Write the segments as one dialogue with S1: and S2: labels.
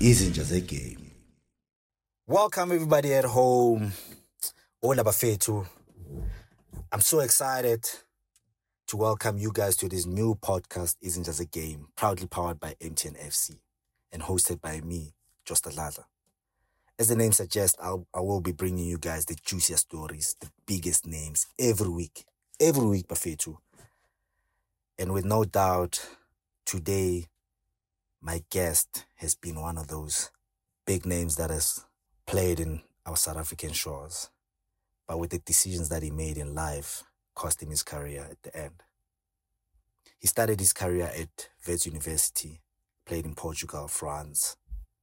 S1: izinja zegame welcome everybody at home all abafethu i'm so excited to welcome you guys to this new podcast izinja zegame proudly powered by mtn fc and hosted by me Josta Lala. as the name suggests I'll, i will be bringing you guys the juiciest stories the biggest names every week every week bafethu and with no doubt today my guest has been one of those big names that has played in our South African shores, but with the decisions that he made in life, cost him his career at the end. He started his career at Vets University, played in Portugal, France,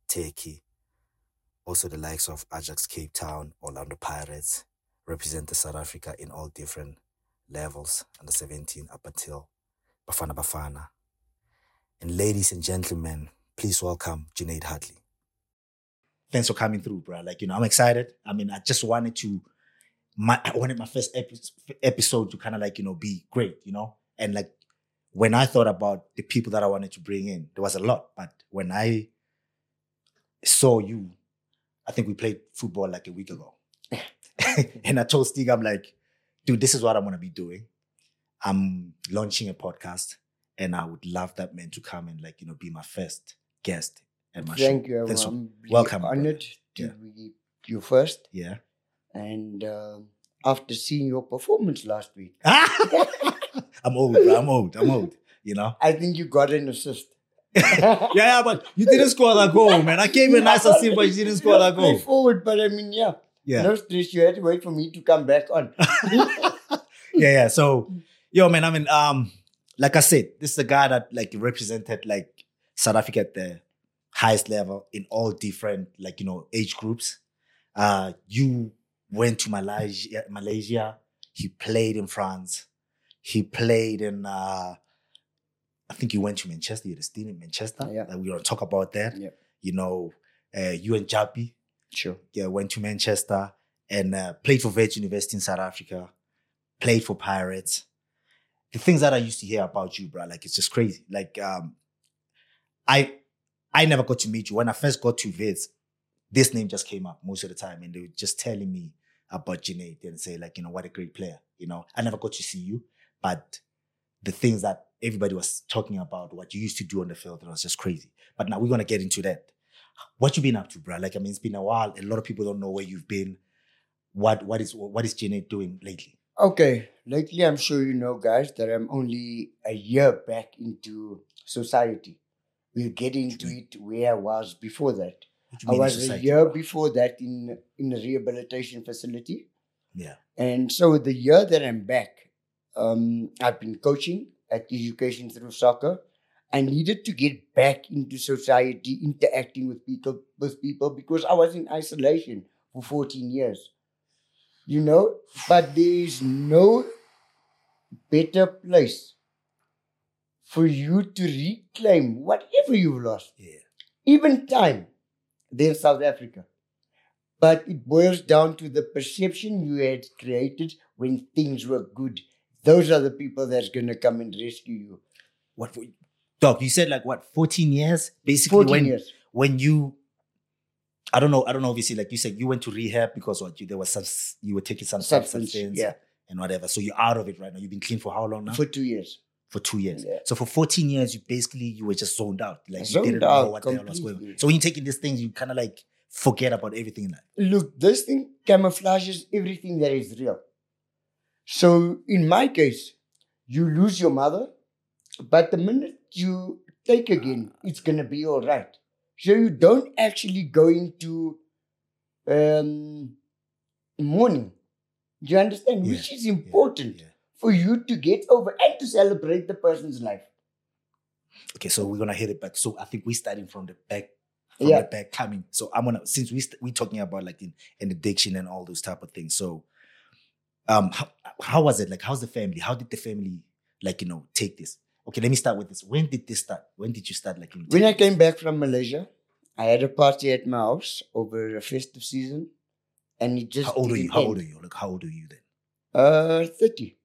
S1: Turkey, also the likes of Ajax Cape Town, Orlando Pirates, represented South Africa in all different levels, under 17 up until Bafana Bafana. And ladies and gentlemen, please welcome Junaid Hartley. Thanks for coming through, bro. Like, you know, I'm excited. I mean, I just wanted to, my, I wanted my first epi- episode to kind of like, you know, be great, you know? And like, when I thought about the people that I wanted to bring in, there was a lot. But when I saw you, I think we played football like a week ago. and I told Stig, I'm like, dude, this is what I'm going to be doing. I'm launching a podcast and I would love that man to come and like you know be my first guest at my
S2: Thank
S1: show.
S2: you,
S1: Thanks
S2: everyone.
S1: for-
S2: I'm really
S1: welcome,
S2: Honored to
S1: Yeah.
S2: be you first,
S1: yeah.
S2: and uh, after seeing your performance last week,
S1: I'm old, bro. I'm old. I'm old. You know.
S2: I think you got an assist.
S1: Yeah, yeah, but you didn't score that goal, man. I gave you a nice assist, but you didn't score that goal.
S2: Forward, but I mean, yeah,
S1: Yeah,
S2: no stress. You had to wait for me to come back on.
S1: yeah, yeah. So, yo, man. I mean, um, like I said, this is a guy that like represented like South Africa at the highest level in all different like you know age groups. Uh, you went to Malaysia. Malaysia. He played in France. He played in. Uh, I think you went to Manchester. You're still in Manchester.
S2: Yeah.
S1: Like, we're gonna talk about that.
S2: Yeah.
S1: You know, uh, you and Jappy
S2: Sure.
S1: yeah, uh, went to Manchester and uh, played for Vets University in South Africa, played for Pirates. The things that I used to hear about you, bro, like it's just crazy. Like um, I I never got to meet you. When I first got to Vets, this name just came up most of the time, and they were just telling me about Junaid and say like, you know, what a great player. You know, I never got to see you, but the things that everybody was talking about, what you used to do on the field, it was just crazy. But now we're gonna get into that what you been up to, bro? Like, I mean, it's been a while. A lot of people don't know where you've been. What what is what is Janet doing lately?
S2: Okay. Lately, I'm sure you know, guys, that I'm only a year back into society. We'll get into it where I was before that.
S1: What you
S2: I
S1: mean in
S2: was
S1: society,
S2: a year
S1: bro?
S2: before that in in a rehabilitation facility.
S1: Yeah.
S2: And so the year that I'm back, um, I've been coaching at education through soccer. I needed to get back into society, interacting with people with people because I was in isolation for 14 years. You know, but there is no better place for you to reclaim whatever you've lost
S1: Yeah.
S2: even time than South Africa. But it boils down to the perception you had created when things were good. Those are the people that's going to come and rescue you.
S1: What dog, you said like what, 14 years? Basically
S2: 14
S1: when
S2: years.
S1: when you I don't know, I don't know obviously, like you said, you went to rehab because what you there was some you were taking some substance,
S2: Substance. Yeah.
S1: and whatever. So you're out of it right now. You've been clean for how long now?
S2: For two years.
S1: for two years.
S2: Yeah.
S1: So for 14 years, you basically you were just zoned out. Like
S2: Zoned
S1: you didn't know
S2: out
S1: what the hell was going on.
S2: completely.
S1: So when you're taking these things, you kind of like forget about everything in life.
S2: Look, this thing camouflages everything that is real. So in my case, you lose your mother, but the minute you take again, it's going to be all right. So you don't actually go into um, mourning. Do you understand?
S1: Yeah,
S2: Which is important
S1: Yeah.
S2: for you to get over and to celebrate the person's life.
S1: Okay, so we're gonna hit it back. So I think we're starting from the back, from
S2: Yeah.
S1: the back coming. So I'm gonna since we st- we're talking about like in, in addiction and all those type of things. So, um, how, how was it? Like, how's the family? How did the family like you know take this? Okay, let me start with this. When did this start? When did you start like? you know,
S2: When I came back from Malaysia, I had a party at my house over a festive season, and it just
S1: how old are you?
S2: didn't
S1: How
S2: end.
S1: old are you? Like, how old are you then?
S2: Uh, 30,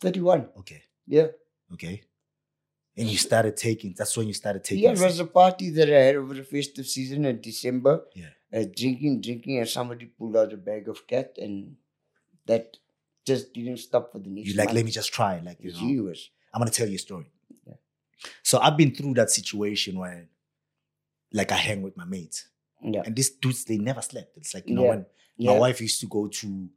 S2: 31.
S1: Okay,
S2: Yeah.
S1: okay, And you started taking. That's when you started taking.
S2: Yeah, it was a party that I had over the festive season in December.
S1: Yeah.
S2: Uh, drinking, drinking, and somebody pulled out a bag of cat, and that just didn't stop for the next.
S1: you like,
S2: month.
S1: let me just try. Like, you know,
S2: Gee whiz.
S1: I'm gonna tell you a story.
S2: Yeah.
S1: So I've been through that situation where, like, I hang with my mates,
S2: Yeah,
S1: and these dudes they never slept. It's like you know
S2: Yeah.
S1: when
S2: yeah,
S1: my wife used to go to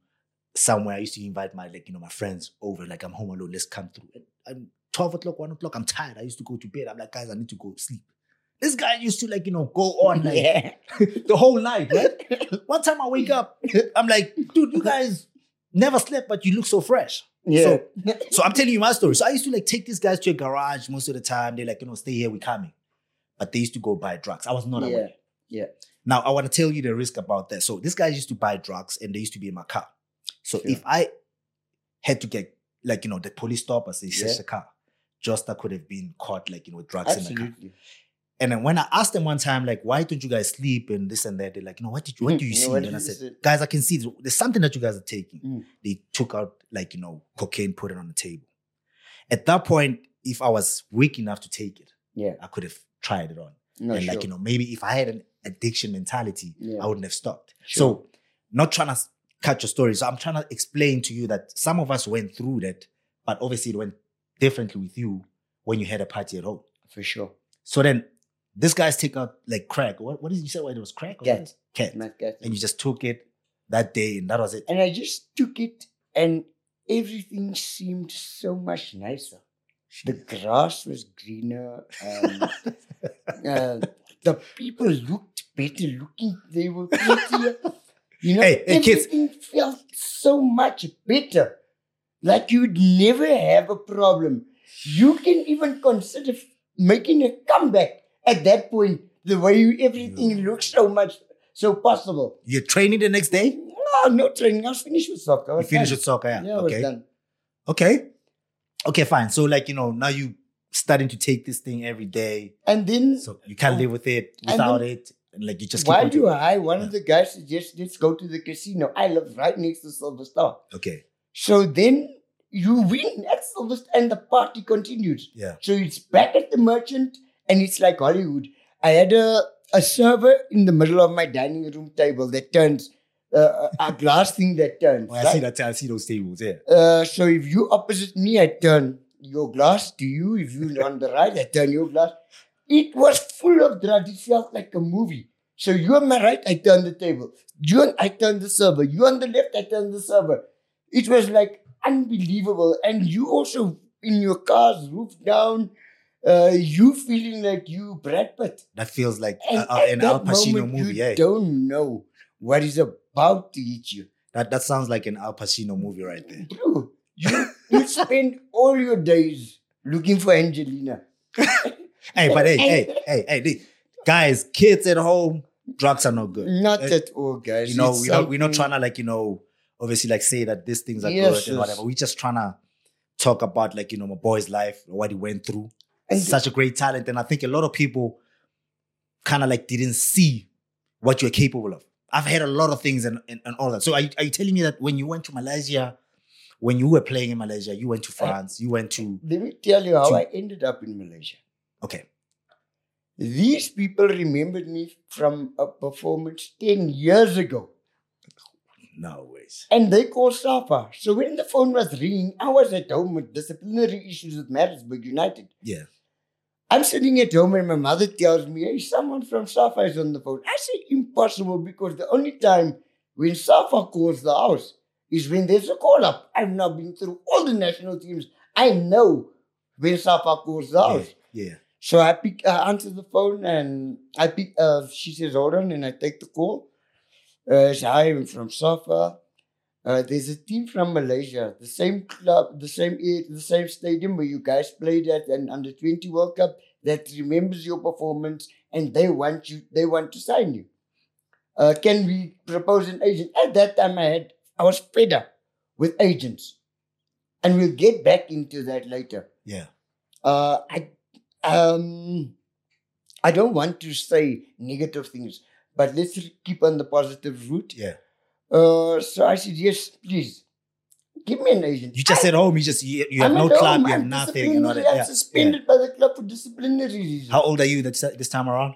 S1: somewhere. I used to invite my like you know my friends over. Like I'm home alone. Let's come through. And, and twelve o'clock, one o'clock. I'm tired. I used to go to bed. I'm like, guys, I need to go sleep. This guy used to like you know go on like
S2: yeah.
S1: the whole night, right? One time I wake up, I'm like, dude, you guys never slept, but you look so fresh.
S2: yeah.
S1: So I'm telling you my story. So I used to like take these guys to a garage most of the time. They're like, you know, stay here, we're coming. But they used to go buy drugs. I was not
S2: yeah.
S1: aware. Now I want to tell you the risk about that. So these guys used to buy drugs and they used to be in my car. So
S2: Sure.
S1: if I had to get like, you know, the police stop us, they search
S2: Yeah.
S1: the car. Josta could have been caught like, you know, with drugs in the car.
S2: Absolutely.
S1: And then when I asked them one time, like, why don't you guys sleep and this and that, they're like, no, what did you, what do you
S2: Mhm.
S1: see?
S2: What
S1: and I
S2: is
S1: said,
S2: it?
S1: guys, I can see this- there's something that you guys are taking.
S2: Mm.
S1: They took out like you know cocaine, put it on the table. At that point, if I was weak enough to take it,
S2: Yeah.
S1: I could have tried it on.
S2: No,
S1: and
S2: sure.
S1: like you know, maybe if I had an addiction mentality,
S2: Yeah.
S1: I wouldn't have stopped.
S2: Sure.
S1: So, not trying to cut your story. So I'm trying to explain to you that some of us went through that, but obviously it went differently with you when you had a party at home.
S2: for sure.
S1: So then this guy's take out like crack. What, what did you say? What it was crack? or
S2: Cat.
S1: what? Cat.
S2: Matt Gaetz.
S1: And you just took it that day and that was it.
S2: And I just took it, and everything seemed so much nicer. The grass was greener. Um, uh, the people looked better looking. They were prettier. You know,
S1: Hey, hey, kids.
S2: everything felt so much better. Like you'd never have a problem. You can even consider f- making a comeback at that point. The way you, everything looks so much so possible.
S1: You're training the next day?
S2: No, no training. I was finished with soccer. I
S1: You
S2: was
S1: finish
S2: done.
S1: with soccer, yeah.
S2: Yeah, I was
S1: okay.
S2: done.
S1: Okay. Okay, fine. So like, you know, now you starting to take this thing every day.
S2: And then
S1: So you can't live with it,
S2: And
S1: without it. And like you just keep
S2: while
S1: on
S2: you
S1: doing
S2: were high, one of
S1: Yeah.
S2: the guys suggested let's go to the casino. I live right next to Silver Star.
S1: it. Okay.
S2: So then you win at Silver Star and the party continues.
S1: Yeah.
S2: So it's back at the merchant and it's like Hollywood. I had a, a server in the middle of my dining room table that turns, uh, a glass thing that turns.
S1: Oh, I see
S2: right?
S1: that I see those tables, yeah.
S2: Uh, so if you opposite me, I turn your glass to you. If you on the right, I turn your glass. It was full of drugs. It felt like a movie. So you on my right, I turn the table. You on, I turn the server. You on the left, I turn the server. It was like unbelievable. And you also in your car's roof down. Uh, you feeling like you Brad Pitt.
S1: That feels like
S2: And
S1: a- a-
S2: at
S1: an
S2: that
S1: Uh, Al Pacino
S2: moment,
S1: movie,
S2: you
S1: yeah.
S2: don't know what is about to hit you.
S1: That that sounds like an Al Pacino movie right there.
S2: Bro, you, you spend all your days looking for Angelina.
S1: Hey, but hey, hey, hey, hey, this- guys, kids at home, drugs are not good.
S2: Not
S1: Eh,
S2: at all, guys.
S1: you know,
S2: It's
S1: we're not, we're not
S2: something-
S1: trying to like, you know, obviously like say that these things are
S2: Yes,
S1: good and
S2: yes.
S1: whatever. We're just trying to talk about like, you know, my boy's life, what he went through.
S2: And
S1: Such a great talent. And I think a lot of people kind of like didn't see what you're capable of. I've heard a lot of things and, and, and all that. So are you, are you telling me that when you went to Malaysia, when you were playing in Malaysia, you
S2: Uh,
S1: went to France, you went to,
S2: let me tell you how
S1: to-
S2: I ended up in Malaysia.
S1: okay,
S2: These people remembered me from a performance 10 years ago.
S1: no ways.
S2: And they called SAFA. So when the phone was ringing, I was at home with disciplinary issues with Maritzburg United.
S1: Yeah.
S2: I'm sitting at home and my mother tells me, hey, someone from Safa is on the phone. I say impossible because the only time when Safa calls the house is when there's a call up. I've now been through all the national teams. I know when Safa calls the
S1: Yeah,
S2: house.
S1: yeah.
S2: So I pick, I answer the phone and I pick, uh, she says, hold on, and I take the call. Uh, so I am from Safa. Uh, there's a team from Malaysia, the same club, the same air- the same stadium where you guys played at an under 20 World Cup that remembers your performance and they want you, they want to sign you. Uh, can we propose an agent? At that time I had, I was fed up with agents. And we'll get back into that later
S1: Yeah.
S2: uh, I um, I don't want to say negative things, but let's keep on the positive route.
S1: Yeah.
S2: Uh, so I said yes, please. Give me an agent.
S1: You just
S2: I-
S1: at home. You just you, you have
S2: I'm
S1: no
S2: at
S1: club.
S2: home,
S1: You have
S2: I'm
S1: nothing. And all that.
S2: disciplinary, I'm
S1: Yeah, yeah.
S2: suspended by the club for disciplinary reasons.
S1: How old are you this, this time around?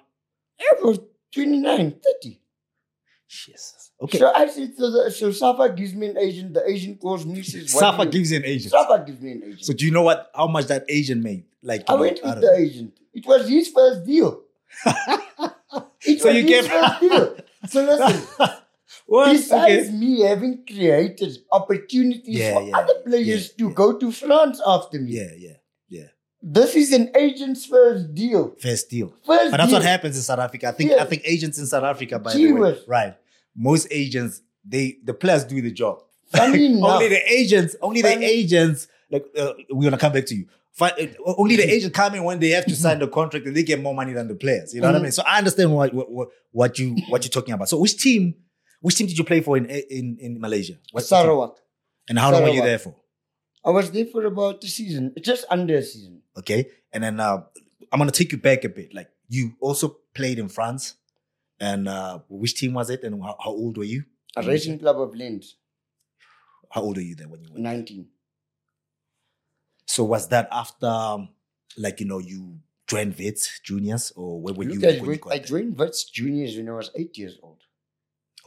S2: I was 29, 30.
S1: Jesus. Okay.
S2: So I said, so, the, so Safa gives me an agent. The agent calls me. Says, what
S1: Safa
S2: do you-
S1: gives you an agent.
S2: Safa gives me an agent.
S1: So do you know what? How much that agent made? Like
S2: I
S1: you know,
S2: went
S1: out
S2: with
S1: of-
S2: the agent. It was his first deal. It
S1: So
S2: was
S1: you
S2: his
S1: gave-
S2: first deal. So listen,
S1: What?
S2: besides
S1: Okay.
S2: me having created opportunities
S1: Yeah,
S2: for
S1: yeah,
S2: other players
S1: yeah,
S2: to
S1: yeah.
S2: go to France after me,
S1: Yeah, yeah.
S2: this is an agent's first deal.
S1: First deal.
S2: First
S1: But that's
S2: deal.
S1: what happens in South Africa. I think
S2: Yeah.
S1: I think agents in South Africa, by
S2: Gee
S1: the way,
S2: whiz.
S1: right? Most agents, they the players do the job.
S2: Funny enough,
S1: Only the agents, only
S2: Funny-
S1: the agents. Like uh, we're gonna come back to you. Fi- uh, only the agent come in when they have to sign the contract and they get more money than the players. You know what I mean?
S2: Mhm.
S1: So I understand what what, what- what you what you're talking about. So which team, which team did you play for in in, in Malaysia? What's the team?
S2: Sarawak.
S1: And how long were you
S2: Sarawak.
S1: there for?
S2: I was there for about a season, just under a season.
S1: okay and then uh, i'm gonna take you back a bit like you also played in france and uh, which team was it and how, how old were you
S2: A racing club of Lens,
S1: how old were you then when you went
S2: 19.
S1: so was that after um, like you know you joined vets juniors or where were
S2: Look,
S1: you, when
S2: I,
S1: you
S2: joined,
S1: got
S2: I
S1: there?
S2: joined Vets Juniors when I was eight years old.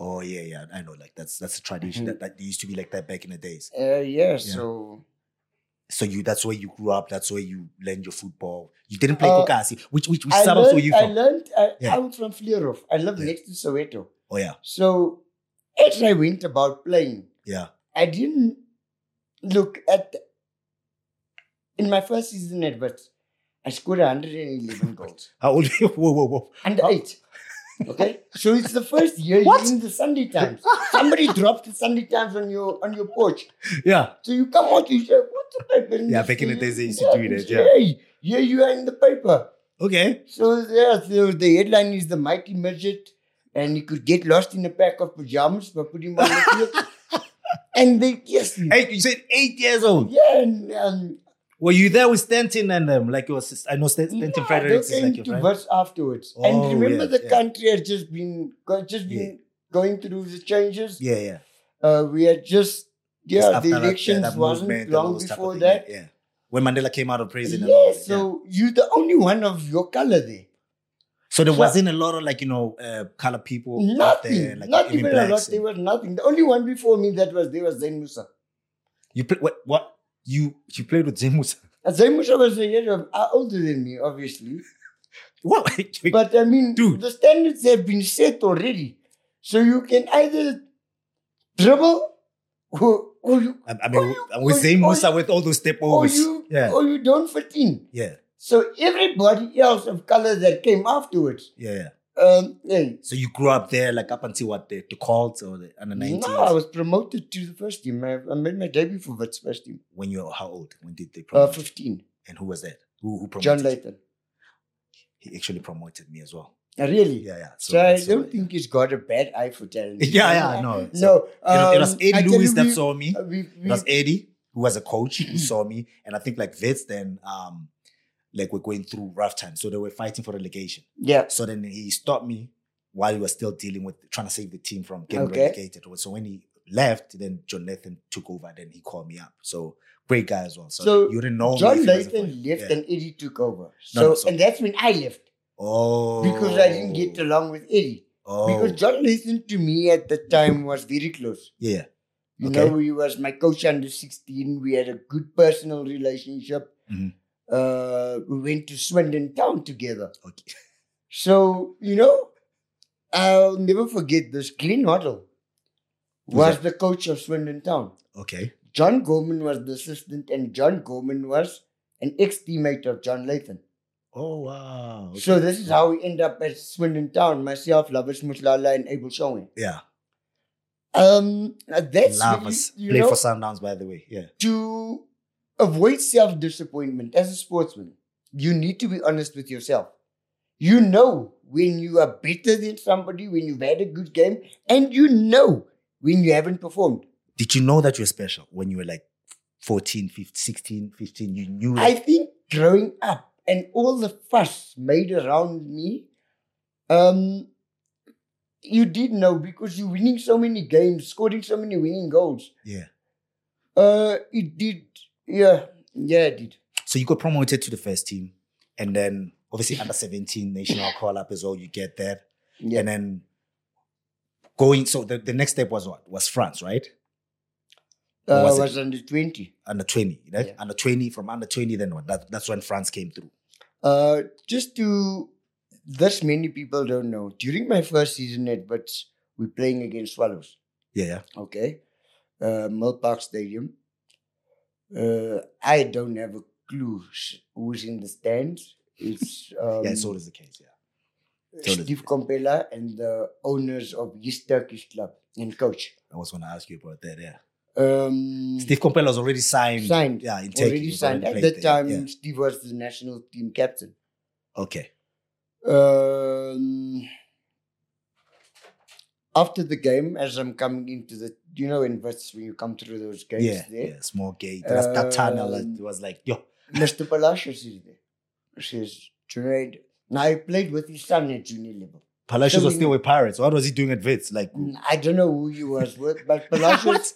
S1: oh yeah yeah i know like that's that's a tradition
S2: Mhm.
S1: that, that used to be like that back in the days
S2: Uh, yeah, so
S1: so you that's where you grew up that's where you learned your football you didn't play
S2: Uh,
S1: kokasi which which, which
S2: I
S1: suburbs were
S2: learned,
S1: you
S2: I
S1: from
S2: learned I,
S1: Yeah.
S2: I'm from Fleurov. I live
S1: Yeah.
S2: next to Soweto.
S1: oh yeah
S2: So as I went about playing,
S1: yeah
S2: I didn't look at in my first season at Vets, I scored 111 goals.
S1: how old were you whoa whoa whoa
S2: Under eight. Okay? So it's the first year
S1: Oh. What?
S2: you're in the Sunday times. Somebody dropped the Sunday times on your on your porch.
S1: yeah
S2: So you come out, you say, what's the paper?
S1: Yeah, back in the days they used to do that, yeah.
S2: Yeah, yeah, you are in the paper.
S1: okay
S2: So yeah, so the headline is the mighty midget, and you could get lost in a pack of pajamas by putting on the field. and they yes, you.
S1: eight you said eight years old
S2: yeah, and, and
S1: Were you there with Stanton and them? Like your sister, I know Stan- Stanton
S2: no,
S1: Fredericks
S2: they
S1: is
S2: came
S1: like your
S2: to
S1: friend.
S2: verse afterwards.
S1: Oh,
S2: and remember,
S1: yeah,
S2: the
S1: yeah.
S2: country had just been go- just been going through the changes.
S1: Yeah, yeah.
S2: Uh, we had just
S1: Just
S2: yeah,
S1: after
S2: the
S1: that-
S2: elections
S1: that movement
S2: wasn't
S1: and all
S2: long
S1: those type of
S2: before
S1: thing,
S2: that.
S1: Yeah. When Mandela came out of prison. and all
S2: Yeah,
S1: that, yeah.
S2: so you're the only one of your color there.
S1: so there
S2: so-
S1: wasn't a lot of like, you know, uh, colored people out
S2: Nothing,
S1: there. Like
S2: not even a
S1: blacks
S2: lot.
S1: and-
S2: There was nothing. The only one before me that was there was Zain Musa.
S1: You play, what, what? You you played with Jim Musa.
S2: Uh, Zain Musa was a year of, uh, older than me, obviously.
S1: What?
S2: But I mean,
S1: Dude.
S2: the standards have been set already. So you can either dribble or, or, you,
S1: I, I mean,
S2: Oh, you-
S1: I'm with
S2: oh,
S1: Jim
S2: you- oh,
S1: Musa with all those step
S2: or,
S1: overs.
S2: you,
S1: yeah.
S2: or you don't fit in.
S1: yeah,
S2: So everybody else of color that came afterwards,
S1: yeah, yeah.
S2: um, hey,
S1: So you grew up there, like up until what, the, the Colts or the under 19s?
S2: no, I was promoted to the first team. I, I made my debut for the first team,
S1: when you were how old? When did they
S2: uh,
S1: promote? you?
S2: 15,
S1: and who was that? Who, who promoted
S2: John
S1: you?
S2: Layton.
S1: He actually promoted me as well.
S2: Uh, Really?
S1: Yeah, yeah.
S2: So I
S1: that's all
S2: don't
S1: it-
S2: think he's got a bad eye for talent. Uh,
S1: Yeah, yeah, no.
S2: No,
S1: So, you know, it was
S2: um, I
S1: Eddie
S2: tell
S1: Lewis
S2: you,
S1: that
S2: we-
S1: saw me.
S2: Uh, we-
S1: It
S2: we-
S1: was Eddie who was a coach
S2: Mm.
S1: who saw me, and I think like Vets then um like we're going through rough times, so they were fighting for relegation.
S2: yeah,
S1: So then he stopped me while he was still dealing with trying to save the team from getting
S2: Okay.
S1: relegated. So when he left, then John Nathan took over. Then he called me up. So great guy as well. So,
S2: So,
S1: you didn't know me
S2: John
S1: if he wasn't
S2: Layton
S1: playing.
S2: left
S1: Yeah.
S2: and Eddie took over. So,
S1: No, no, so-
S2: and that's when I left
S1: oh
S2: because I didn't get along with Eddie.
S1: oh
S2: Because John Layton to me at the time was very close.
S1: yeah
S2: You
S1: Okay.
S2: know, he was my coach under 16. We had a good personal relationship.
S1: Mhm.
S2: Uh, we went to Swindon Town together.
S1: okay
S2: So, you know, I'll never forget this. Glenn Hoddle was the coach of Swindon Town.
S1: okay
S2: John Gorman was the assistant, and John Gorman was an ex teammate of John Layton.
S1: oh wow okay.
S2: So, this is how we end up at Swindon Town myself, Lavish Mutlala, and Abel Showing.
S1: yeah
S2: Um, uh, that's
S1: love
S2: really,
S1: us
S2: you
S1: play
S2: know,
S1: for Sundowns by the way yeah
S2: to avoid self disappointment as a sportsman, you need to be honest with yourself. You know when you are better than somebody, when you've had a good game, and you know when you haven't performed.
S1: did you know that you're special when you were like 14 15 16 15 you knew
S2: I
S1: like,
S2: think growing up and all the fuss made around me, um, you did know because you're winning so many games, scoring so many winning goals.
S1: yeah
S2: Uh, it did. Yeah, yeah, it did.
S1: So you got promoted to the first team, and then obviously under 17 national call up as well. You get that,
S2: Yeah.
S1: and then going. So the, the next step was what? Was France, right?
S2: Uh,
S1: was
S2: was
S1: it-
S2: was under twenty.
S1: Under 20, right?
S2: Yeah.
S1: Under 20, from under 20, then what? That, that's when France came through.
S2: Uh, just to this many people don't know. During my first season at Wits, we're playing against Swallows.
S1: Yeah, yeah.
S2: Okay, uh, Mill Park Stadium. Uh, I don't have a clue s- who's in the stands. It's um,
S1: yeah, it's always the case. Yeah. so does-
S2: Steve Compella and the owners of his Turkish club and coach.
S1: I was going to ask you about that. Yeah.
S2: Um,
S1: Steve Compella was already signed.
S2: signed.
S1: Yeah, in Turkey.
S2: already
S1: He was
S2: signed. At
S1: played
S2: that
S1: there,
S2: time,
S1: yeah.
S2: Steve was the national team captain.
S1: Okay.
S2: Um, after the game, as I'm coming into the, you know, in Wits, when you come through those gates
S1: Yeah,
S2: there,
S1: yeah, small gate. That's that tunnel. that
S2: Um,
S1: was like, yo,
S2: Mr. Palacios is there. He says, Junaid. Now, I played with his son at junior level.
S1: Palacios
S2: so
S1: was
S2: we-
S1: still with Pirates. What was he doing at Vits? Like,
S2: Mm, I don't know who he was with, but Palacios,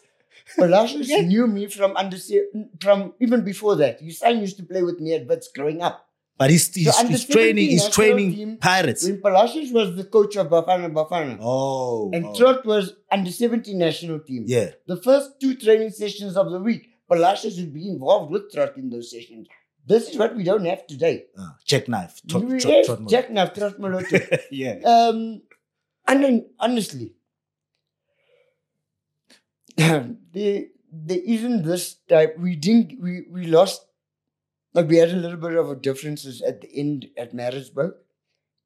S2: Palacios
S1: Yeah.
S2: knew me from under se- from even before that. His son used to play with me at Wits growing up.
S1: but he's he's,
S2: under
S1: he's training.
S2: 17
S1: He's
S2: national
S1: training
S2: team
S1: Pirates.
S2: When Palacios was the coach of Bafana Bafana,
S1: Oh,
S2: and
S1: oh.
S2: Trot was under 17 national team.
S1: yeah.
S2: The first two training sessions of the week, Palacios would be involved with Trot in those sessions. This is what we don't have today.
S1: Uh, check knife. Tro-
S2: We
S1: tro-
S2: have
S1: trot mode.
S2: Jack Nav, Trot Moloto.
S1: yeah.
S2: Um, and then, honestly, there, there isn't this type. We didn't. We we lost. Like we had a little bit of a differences at the end at Maritzburg,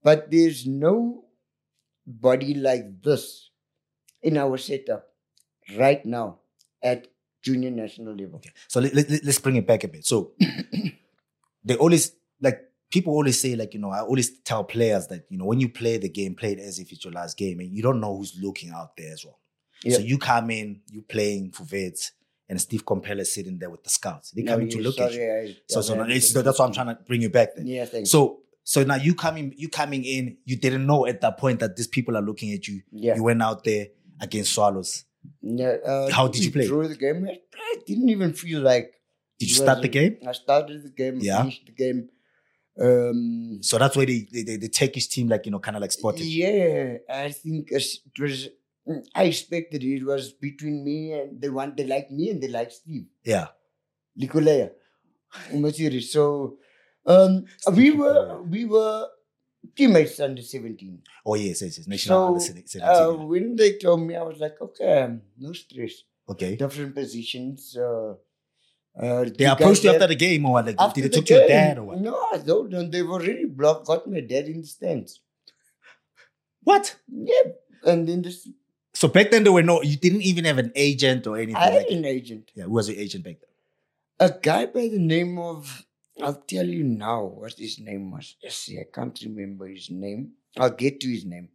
S2: but there's no body like this in our setup right now at junior national level.
S1: Okay. So let, let, let's bring it back a bit. So they always like people always say like you know I always tell players that you know when you play the game, play it as if it's your last game, and you don't know who's looking out there as well.
S2: Yeah.
S1: So you come in, you playing for vets, and Steve Compella is sitting there with the scouts. They
S2: Now
S1: coming
S2: you-
S1: to look at you.
S2: sorry, I-
S1: So, so
S2: I-
S1: no, it's- that's why I'm trying to bring you back. Then.
S2: Yeah, thanks.
S1: So so now you coming you coming in, you didn't know at that point that these people are looking at you.
S2: yeah.
S1: You went out there against Swallows.
S2: Yeah, uh,
S1: How did
S2: we
S1: you play?
S2: Drew the game. I I didn't even feel like.
S1: Did you
S2: it
S1: start
S2: was
S1: the
S2: a-
S1: game?
S2: I started the game.
S1: Yeah.
S2: Finished the game. Um,
S1: So that's why they they, they, they take his team like you know kind of like spotted. you.
S2: yeah, I think as- it was. mm, I expected it was between me and the one they like me and they like Steve
S1: Yeah.
S2: Likulea, Umasiri. So um,
S1: Steve
S2: we were
S1: Likulea.
S2: we were teammates under seventeen.
S1: Oh yes, yes, yes. National
S2: So,
S1: under se-
S2: Uh,
S1: 17.
S2: when they told me, I was like, okay, um, no stress.
S1: okay.
S2: Different positions. Uh, uh,
S1: They approached you after the game or what? Like
S2: After
S1: did they
S2: the
S1: talk to your
S2: game,
S1: dad or what?
S2: No, I don't know. They've already blocked, got my dad in the stands.
S1: What?
S2: Yeah. And then this,
S1: So back then there were no you didn't even have an agent or anything
S2: I had
S1: like
S2: an agent.
S1: yeah, who was your agent back then?
S2: A guy by the name of, I'll tell you now what his name was. Yes, see, I can't remember his name. I'll get to his name.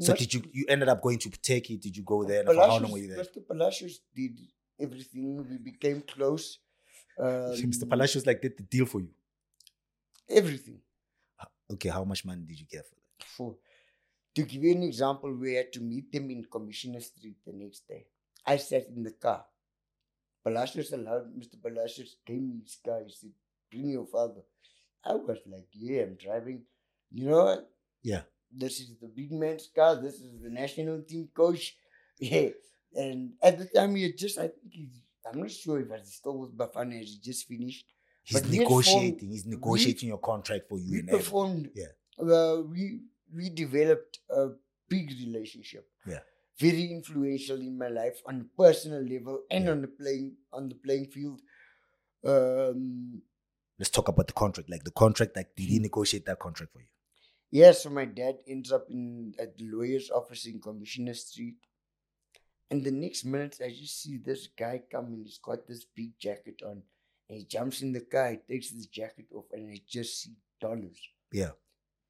S1: So
S2: Not-
S1: did you you ended up going to Turkey? Did you go there? And for how
S2: Palacios,
S1: long were you there?
S2: Mr. Palacios did everything. We became close. Um,
S1: Mr. Palacios like did the deal for you.
S2: Everything.
S1: Okay, how much money did you get for that?
S2: for to give you an example, we had to meet them in Commissioner Street the next day. I sat in the car. Palacios allowed Mr. Palacios came in his car. He said, Bring your father. I was like, Yeah, I'm driving. You know what?
S1: Yeah.
S2: This is the big man's car. This is the national team coach. Yeah. And at the time, he had just, I think he, I'm not sure if I still with Bafana, as he just finished.
S1: He's
S2: But we had formed-
S1: negotiating. He's negotiating your contract for you
S2: We
S1: and everything.
S2: performed.
S1: Yeah.
S2: Uh, we we developed a big relationship.
S1: Yeah.
S2: Very influential in my life on a personal level and on the playing on the playing field. Um,
S1: Let's talk about the contract. Like the contract, like
S2: Hmm.
S1: did he negotiate that contract for you?
S2: yeah, so my dad ends up in at the lawyer's office in Commissioner Street. And the next minute I just see this guy coming, he's got this big jacket on, and he jumps in the car, he takes his jacket off, and I just see dollars.
S1: Yeah.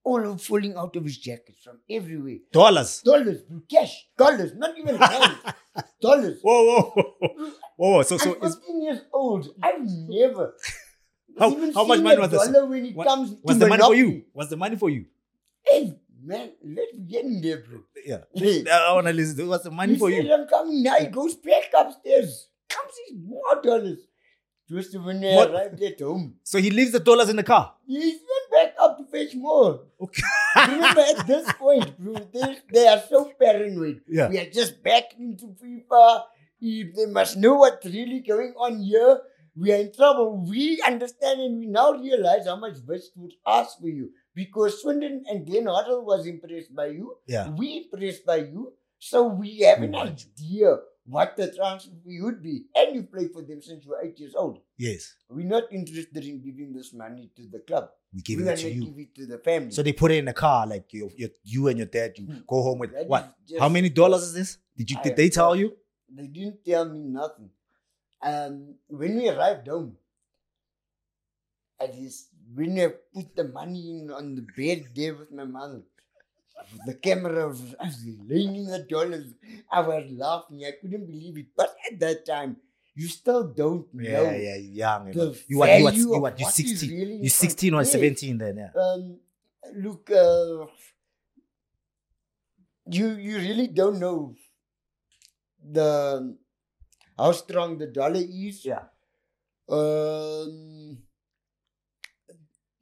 S2: All of falling out of his jacket from everywhere.
S1: Dollars.
S2: dollars, bro, cash, dollars, not even pounds, dollars.
S1: Whoa, whoa, whoa, whoa! So, Oh, so
S2: I'm
S1: is,
S2: 15 years old. I've never
S1: How-
S2: even
S1: how much
S2: seen
S1: money
S2: a
S1: was this?
S2: dollar when it
S1: What-
S2: comes
S1: was
S2: to
S1: the money for you?
S2: monopoly.
S1: Was the money for you?
S2: Hey, man, let's get in there, bro.
S1: Yeah.
S2: Hey,
S1: I want to listen. Was the money
S2: he
S1: for
S2: said,
S1: you?
S2: I'm coming now. He goes back upstairs. comes his more dollars. Just when I
S1: What?
S2: arrived at home,
S1: So he leaves the dollars in the car.
S2: he went back up to fetch more.
S1: Okay.
S2: Remember, at this point, bro, they, they are so paranoid.
S1: Yeah.
S2: We are just back into FIFA. If They must know what's really going on here. We are in trouble. We understand and we now realize how much West would ask for you. Because Swindon and Glenn Hoddle was impressed by you.
S1: Yeah.
S2: We impressed by you. So we have an
S1: Right.
S2: idea what the transfer fee would be. And you played for them since you were eight years old.
S1: Yes.
S2: We're not interested in giving this money to the club.
S1: We give
S2: we
S1: it
S2: want
S1: to
S2: to
S1: you.
S2: give it to the family.
S1: So they put it in the car, like your, your, you and your dad. You
S2: Hmm.
S1: go home with
S2: That
S1: what?
S2: is just-
S1: How many dollars is this? Did you?
S2: I
S1: Did
S2: have
S1: they
S2: no
S1: tell you?
S2: They didn't tell me nothing. And when we arrived home, at his, when I put the money in on the bed there with my mother, the camera was, I was leaning the dollars. I was laughing. I couldn't believe it. But at that time, you still don't know.
S1: Yeah, yeah, you're young. and all.
S2: The
S1: You are, you are,
S2: value
S1: you
S2: of
S1: are, you're
S2: what is
S1: 16.
S2: really
S1: you're 16 or
S2: conveyed.
S1: 17 then, yeah.
S2: um, look, uh, you you really don't know the um, how strong the dollar is.
S1: Yeah.
S2: Um,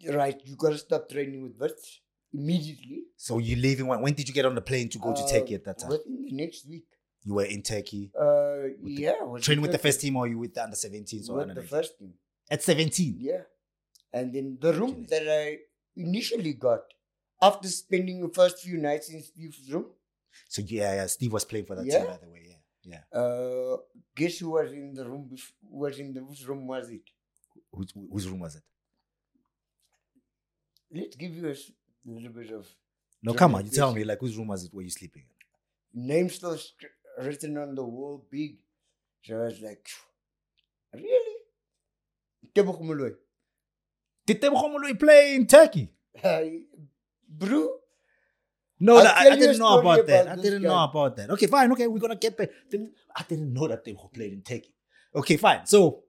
S2: right, you gotta stop training with Wits immediately.
S1: So you leaving when? When did you get on the plane to go to
S2: Uh,
S1: Turkey at that time?
S2: Within the next week.
S1: You were in Turkey.
S2: Uh,
S1: With the-
S2: yeah. I was
S1: Train with the
S2: interested
S1: first team or you with the under 17s or
S2: With
S1: under
S2: the
S1: 19s?
S2: first team.
S1: At 17.
S2: Yeah. And then the room
S1: Ridiculous.
S2: that I initially got after spending the first few nights in Steve's room,
S1: So yeah, yeah, Steve was playing for that
S2: Yeah.
S1: team by the way. Yeah. Yeah.
S2: Uh, guess who was in the room? Bef- was in the whose room was it?
S1: Whose, whose room was it?
S2: Let's give you a s- little bit of
S1: No,
S2: German
S1: come on, you tell
S2: place.
S1: me, like whose room was it? Were you sleeping? in?
S2: names still sc- written on the wall, big. So I was like, really? Tebogo Moloi.
S1: Did Tebogo Moloi play in Turkey?
S2: I- Bro,
S1: No,
S2: I'll
S1: no, I,
S2: tell
S1: I
S2: you a
S1: didn't know
S2: story
S1: about, that.
S2: about
S1: I
S2: this
S1: didn't
S2: guy.
S1: know about that. Okay, fine. Okay, we're gonna get back. Then I didn't know that Tebogo played in Turkey. Okay, fine. So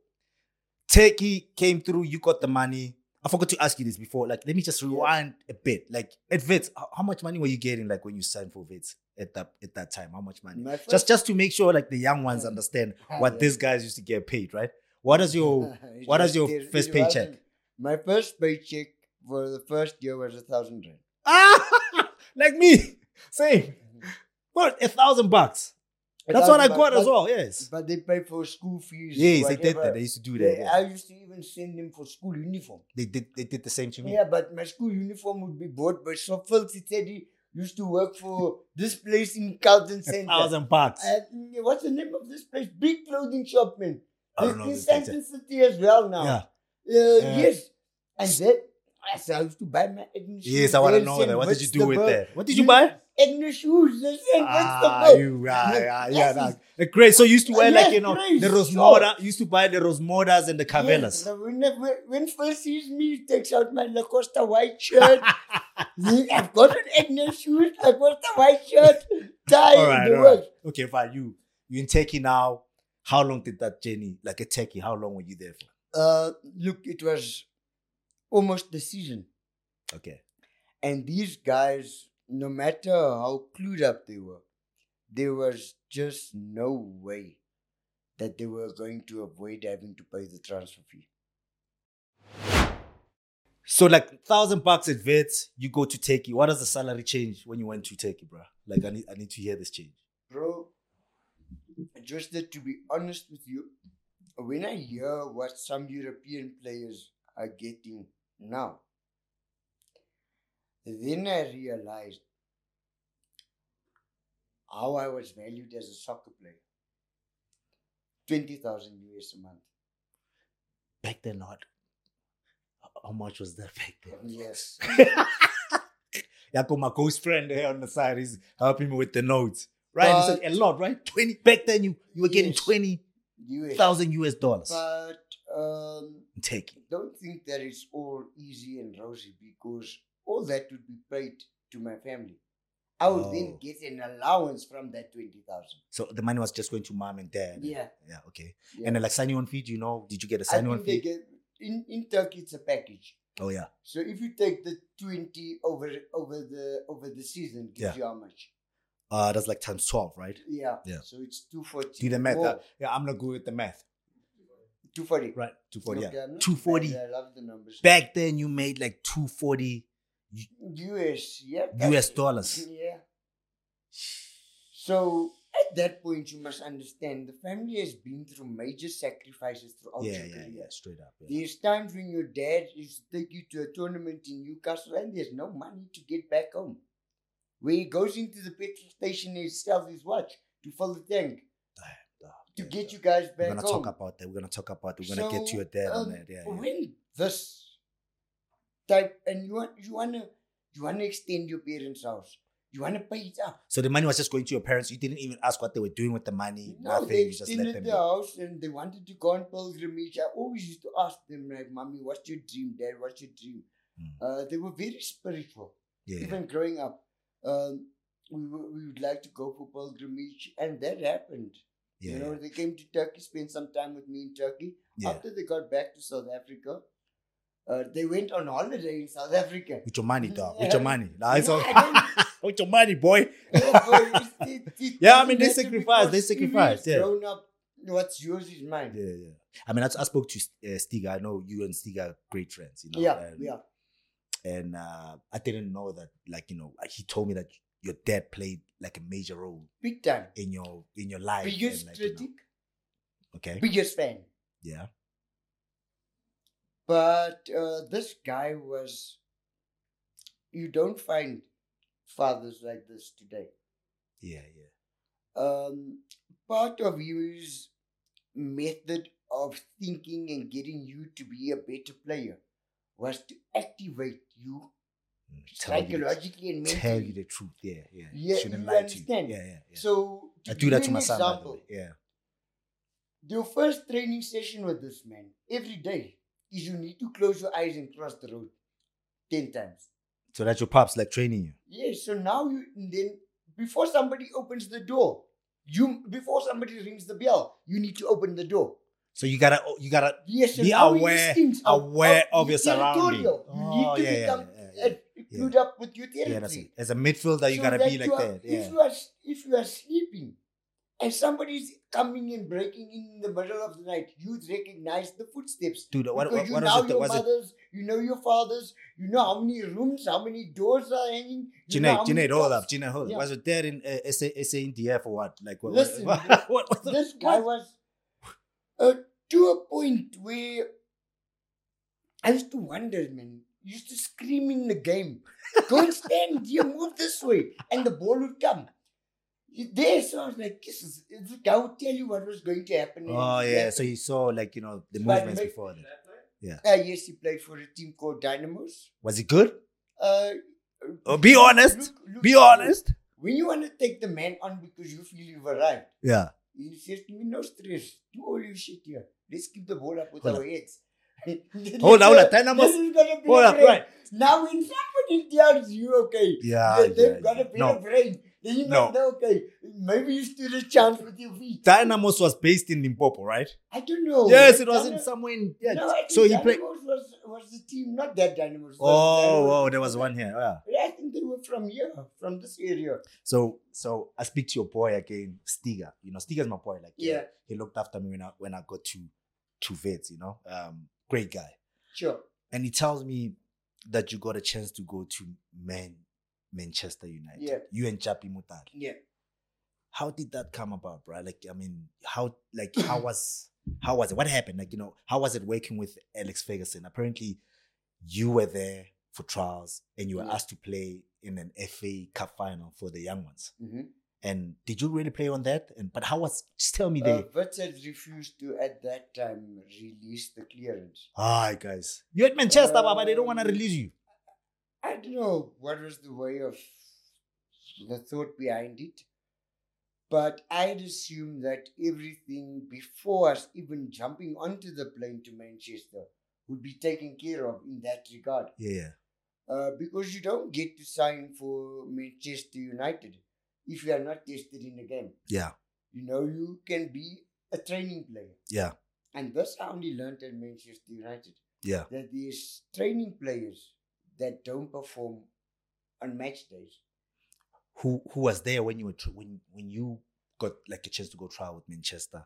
S1: Turkey came through. You got the money. I forgot to ask you this before. Like, let me just rewind a bit. Like, at Vets, how, how much money were you getting? Like when you signed for Vets at that at that time, how much money?
S2: my first,
S1: Just just to make sure, like the young ones understand
S2: Ah,
S1: what
S2: yeah.
S1: these guys used to get paid, right? What is your
S2: It
S1: what
S2: was
S1: is your
S2: ter-
S1: first
S2: it
S1: paycheck?
S2: wasn't- My first paycheck for the first year was a thousand rand. Uh-huh.
S1: ah like me same? What a thousand bucks.
S2: Mm-hmm. A
S1: That's what I
S2: thousand
S1: got
S2: bucks,
S1: as well. Yes.
S2: but- But they pay for school fees.
S1: Yes, they did
S2: whatever.
S1: that. They used to do that.
S2: They-
S1: yeah.
S2: I used to even send them for school uniform.
S1: They did. They did the same to me.
S2: Yeah, but my school uniform would be bought by some filthy teddy used to work for this place in Carlton Center.
S1: Thousand bucks.
S2: Uh, what's the name of this place? Big clothing shop, man.
S1: I don't know
S2: in
S1: this place,
S2: Sandton City as well now.
S1: Yeah.
S2: Uh,
S1: Yeah.
S2: Yes. And then yes, I used to buy my Agnes shoes.
S1: Yes, I want to
S2: They'll
S1: know
S2: send
S1: that. What did you do
S2: Witz
S1: with
S2: the Berg.
S1: that? What did you buy?
S2: Agnes shoes. They send
S1: Ah,
S2: ah,
S1: you ah, yeah, yeah,
S2: Yes,
S1: nah. The great. So you used to wear
S2: Yes,
S1: like you know
S2: greys,
S1: the
S2: sure.
S1: Rosmoda. Used to buy the Rosmodas and the Cavellas.
S2: when, when Phil sees me, he takes out my Lacosta white shirt. I've got an Edna shoes, I've got the white shirt, tie,
S1: All right,
S2: the
S1: all
S2: works.
S1: right. Okay, fine. You you in Turkey now? How long did that journey, like a Turkey? How long were you there for?
S2: Uh, look, it was almost the season.
S1: Okay.
S2: And these guys, no matter how clued up they were, there was just no way that they were going to avoid having to pay the transfer fee.
S1: So like thousand bucks at Vets, you go to Turkey. What does the salary change when you went to Turkey, bro? Like I need I need to hear this change.
S2: Bro, just that to be honest with you, when I hear what some European players are getting now, then I realized how I was valued as a soccer player. 20,000 US a month.
S1: Back then, not. uh, How much was that back then?
S2: Yes.
S1: Yako, my ghost friend here on the side, is helping me with the notes. Right? He said, a lot, right? 20. Back then, you, you were getting
S2: Yes.
S1: 20,000
S2: US.
S1: US dollars
S2: But um,
S1: in Turkey.
S2: don't think that it's all easy and rosy because all that would be paid to my family. I would
S1: Oh.
S2: then get an allowance from that twenty thousand.
S1: So the money was just going to mom and dad.
S2: Yeah.
S1: Yeah, okay.
S2: yeah.
S1: And then, like signing on fee, do you know? Did you get a
S2: I
S1: signing on
S2: think they
S1: fee?
S2: get in, in Turkey it's a package.
S1: Oh, yeah.
S2: So if you take the twenty over over the over the season, gives
S1: Yeah.
S2: you how much?
S1: Uh, that's like times 12, right?
S2: Yeah.
S1: Yeah.
S2: So it's 240.
S1: Do the math.
S2: Oh,
S1: uh, yeah, I'm not good with the math.
S2: 240.
S1: Right. 240.
S2: Okay,
S1: Yeah.
S2: I'm not
S1: 240.
S2: bad, I love the numbers.
S1: Back then, you made like 240
S2: US, yeah.
S1: US
S2: that's-
S1: dollars.
S2: Yeah. So at that point, you must understand the family has been through major sacrifices throughout
S1: Yeah,
S2: your
S1: yeah,
S2: career.
S1: yeah. Straight up. Yeah.
S2: There's times when your dad used to take you to a tournament in Newcastle and there's no money to get back home. Where he goes into the petrol station and sells his watch to fill the tank
S1: Damn, dog.
S2: to
S1: Yeah,
S2: get
S1: dog.
S2: you guys
S1: We're
S2: back
S1: gonna
S2: home.
S1: talk about that. We're gonna talk about that. We're gonna get to
S2: So,
S1: your dad on
S2: um,
S1: that. Yeah, yeah.
S2: When this type and you want you wanna you wanna extend your parents' house. You wanna pay it up.
S1: So the money was just going to your parents. You didn't even ask what they were doing with the money.
S2: No,
S1: nothing.
S2: they
S1: You just let
S2: extended
S1: them.
S2: the
S1: be.
S2: house and they wanted to go on pilgrimage. I always used to ask them, like, Mommy, what's your dream, Dad? What's your dream?
S1: Mm.
S2: Uh, they were very spiritual.
S1: Yeah, yeah.
S2: even growing up, um, we, w- we would like to go for pilgrimage, and that happened.
S1: yeah,
S2: you know,
S1: yeah,
S2: they came to Turkey, spent some time with me in Turkey.
S1: yeah.
S2: After they got back to South Africa, uh, they went on holiday in South Africa.
S1: With your money, dog. With your
S2: Yeah.
S1: money. Nah, it's
S2: No,
S1: all-
S2: I
S1: with your money, boy.
S2: Therefore, it- it- it
S1: Yeah, I mean, they
S2: doesn't matter
S1: sacrificed, they
S2: because even
S1: sacrificed, yeah.
S2: Grown up, what's yours is mine.
S1: Yeah, yeah. I mean, I, I spoke to uh, Stiga. I know you and Stiga are great friends. You know.
S2: yeah,
S1: and,
S2: yeah.
S1: And uh, I didn't know that. Like you know, he told me that your dad played like a major role
S2: big time.
S1: in your in your life. and,
S2: Biggest
S1: like, you know,
S2: critic,
S1: okay.
S2: biggest fan.
S1: Yeah.
S2: But uh, this guy was. You don't find fathers like this today.
S1: Yeah. Yeah.
S2: Um, part of his method of thinking and getting you to be a better player was to activate you
S1: Mm, tell you the-
S2: psychologically and mentally.
S1: tell you the truth. Yeah, yeah.
S2: Yeah,
S1: Shouldn't
S2: you
S1: lie
S2: understand.
S1: to you. Yeah, yeah. yeah.
S2: So
S1: I do that to my son. By the
S2: example,
S1: way. Yeah,
S2: your first training session with this man every day is you need to close your eyes and cross the road ten times.
S1: so that's your pops like training you.
S2: Yes, so now you then before somebody opens the door, you before somebody rings the bell, you need to open the door.
S1: So you gotta, oh, you gotta
S2: Yes, so
S1: Be
S2: now
S1: aware-
S2: instincts are-
S1: aware
S2: are
S1: of your surrounding.
S2: territorial. you
S1: Oh,
S2: need to
S1: yeah, yeah,
S2: become
S1: yeah, yeah,
S2: uh,
S1: yeah.
S2: clued up with your territory.
S1: yeah, that's it. As a midfielder, you
S2: So
S1: gotta be like
S2: you are-
S1: that. Yeah,
S2: If you are if you are sleeping and somebody's coming and breaking in the middle of the night, you'd recognize the footsteps.
S1: dude. What,
S2: because
S1: what,
S2: you
S1: what
S2: know
S1: was it?
S2: your
S1: Was it
S2: mothers, you know your fathers, you know how many rooms, how many doors are hanging. you know
S1: Junaid?
S2: how many
S1: Junaid, hold
S2: dogs.
S1: up, Junaid, hold up.
S2: Yeah.
S1: Was it there in uh, SA, SANDF or what? Like what?
S2: Listen,
S1: what,
S2: this-
S1: what, what,
S2: this guy was uh, to a point where I used to wonder, man. You used to scream in the game, go and stand here, move this way, and the ball would come. You- There, so I was like, this is, this guy would tell you what was going to happen. and
S1: Oh
S2: it
S1: yeah, so
S2: happened.
S1: you saw like you know the
S2: But-
S1: movements before that.
S2: Uh, yes, he played for a team called Dynamos.
S1: Was it good?
S2: Uh,
S1: Oh, be honest.
S2: look- look-
S1: Be honest.
S2: When you want to take the man on because you feel you've arrived,
S1: Yeah.
S2: He says to me, no stress. Do all your shit here. Let's keep the ball up with
S1: Hold
S2: our heads.
S1: Hold on, hold on.
S2: This
S1: Dynamos.
S2: is gonna be
S1: Hold
S2: a
S1: up,
S2: brain.
S1: right?
S2: Now when somebody tells you, okay,
S1: Yeah.
S2: they,
S1: yeah,
S2: they've got
S1: yeah.
S2: a bit
S1: No,
S2: of brain, then you
S1: No.
S2: must know, okay, maybe you stood a chance with your feet.
S1: Dynamos was based in Limpopo, right?
S2: I don't know.
S1: yes, it
S2: But
S1: was in
S2: Dyna-
S1: somewhere in. Yeah.
S2: No, I think
S1: so he played.
S2: Dynamos was, was the team, not that Dynamos. was
S1: Oh,
S2: Dynamos.
S1: oh, there was one here. Yeah.
S2: I think they were from here, from this area.
S1: So, so I speak to your boy again, Stiga. You know, Stiga's my boy. Like, uh,
S2: Yeah.
S1: he looked after me when I when I got to to vets. You know, um, great guy.
S2: Sure.
S1: And he tells me that you got a chance to go to Man Manchester United.
S2: Yeah.
S1: You and Chapi Mutari.
S2: Yeah.
S1: How did that come about, bro? Like, I mean, how like how was how was it? What happened? Like, you know, how was it working with Alex Ferguson? Apparently, you were there for trials and you were
S2: Yeah.
S1: asked to play in an FA Cup final for the young ones.
S2: Mm-hmm.
S1: And did you really play on that? And but how was? Just tell me
S2: Uh,
S1: there.
S2: Wits had refused to, at that time, release the clearance.
S1: Hi guys, you at Manchester, Baba. They don't want to
S2: Um,
S1: release you.
S2: I don't know what was the way of the thought behind it, but I'd assume that everything before us, even jumping onto the plane to Manchester, would be taken care of in that regard.
S1: Yeah, yeah,
S2: Uh, because you don't get to sign for Manchester United if you are not tested in the game.
S1: yeah,
S2: You know, you can be a training player.
S1: yeah,
S2: And thus I only learned at Manchester United
S1: yeah.
S2: that these training players that don't perform on match days
S1: who who was there when you were tr- when when you got like a chance to go trial with Manchester?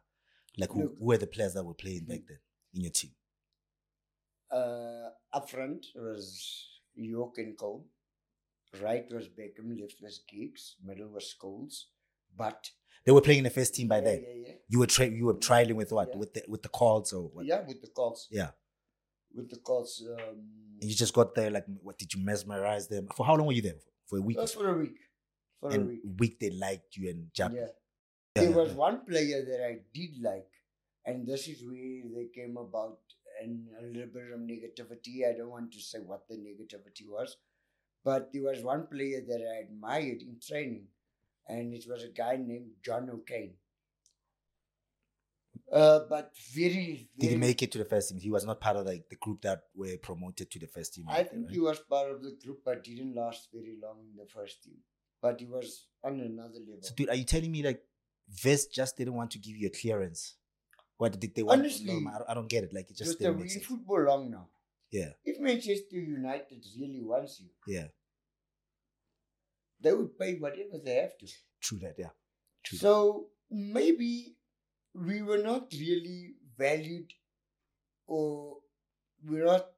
S1: Like who,
S2: Look. Mm.
S1: who were the players that were playing back then in your team?
S2: Uh, up front was York and Cole. Right was Beckham, left was Giggs, middle was Scholes. But
S1: They were playing in the first team by
S2: yeah,
S1: then.
S2: yeah, yeah.
S1: You were tra- you were trialing with what
S2: Yeah.
S1: with the with the calls or what?
S2: yeah, with the Colts.
S1: Yeah.
S2: With the Colts. Um,
S1: And you just got there like what did you mesmerize them? For how long were you there? For a week.
S2: uh,
S1: or so?
S2: for a week. For a
S1: and
S2: week.
S1: week they liked you and Japan.
S2: Yeah. There was one player that I did like, and this is where they came about and a little bit of negativity. I don't want to say what the negativity was, but there was one player that I admired in training, and it was a guy named John O'Kane. Uh, but very, very
S1: Did he make it to the first team? He was not part of like the group that were promoted to the first team.
S2: I
S1: right?
S2: think he was part of the group, but didn't last very long in the first team. But he was on another level.
S1: So, dude, are you telling me like Vest just didn't want to give you a clearance? What did they want?
S2: Honestly,
S1: no, I don't- I don't get it. Like it just
S2: Just that
S1: didn't
S2: we're
S1: make
S2: in
S1: sense.
S2: football long now.
S1: Yeah.
S2: If Manchester United really wants you,
S1: Yeah,
S2: they would pay whatever they have to.
S1: true that. Yeah, true. that.
S2: So maybe we were not really valued or we're not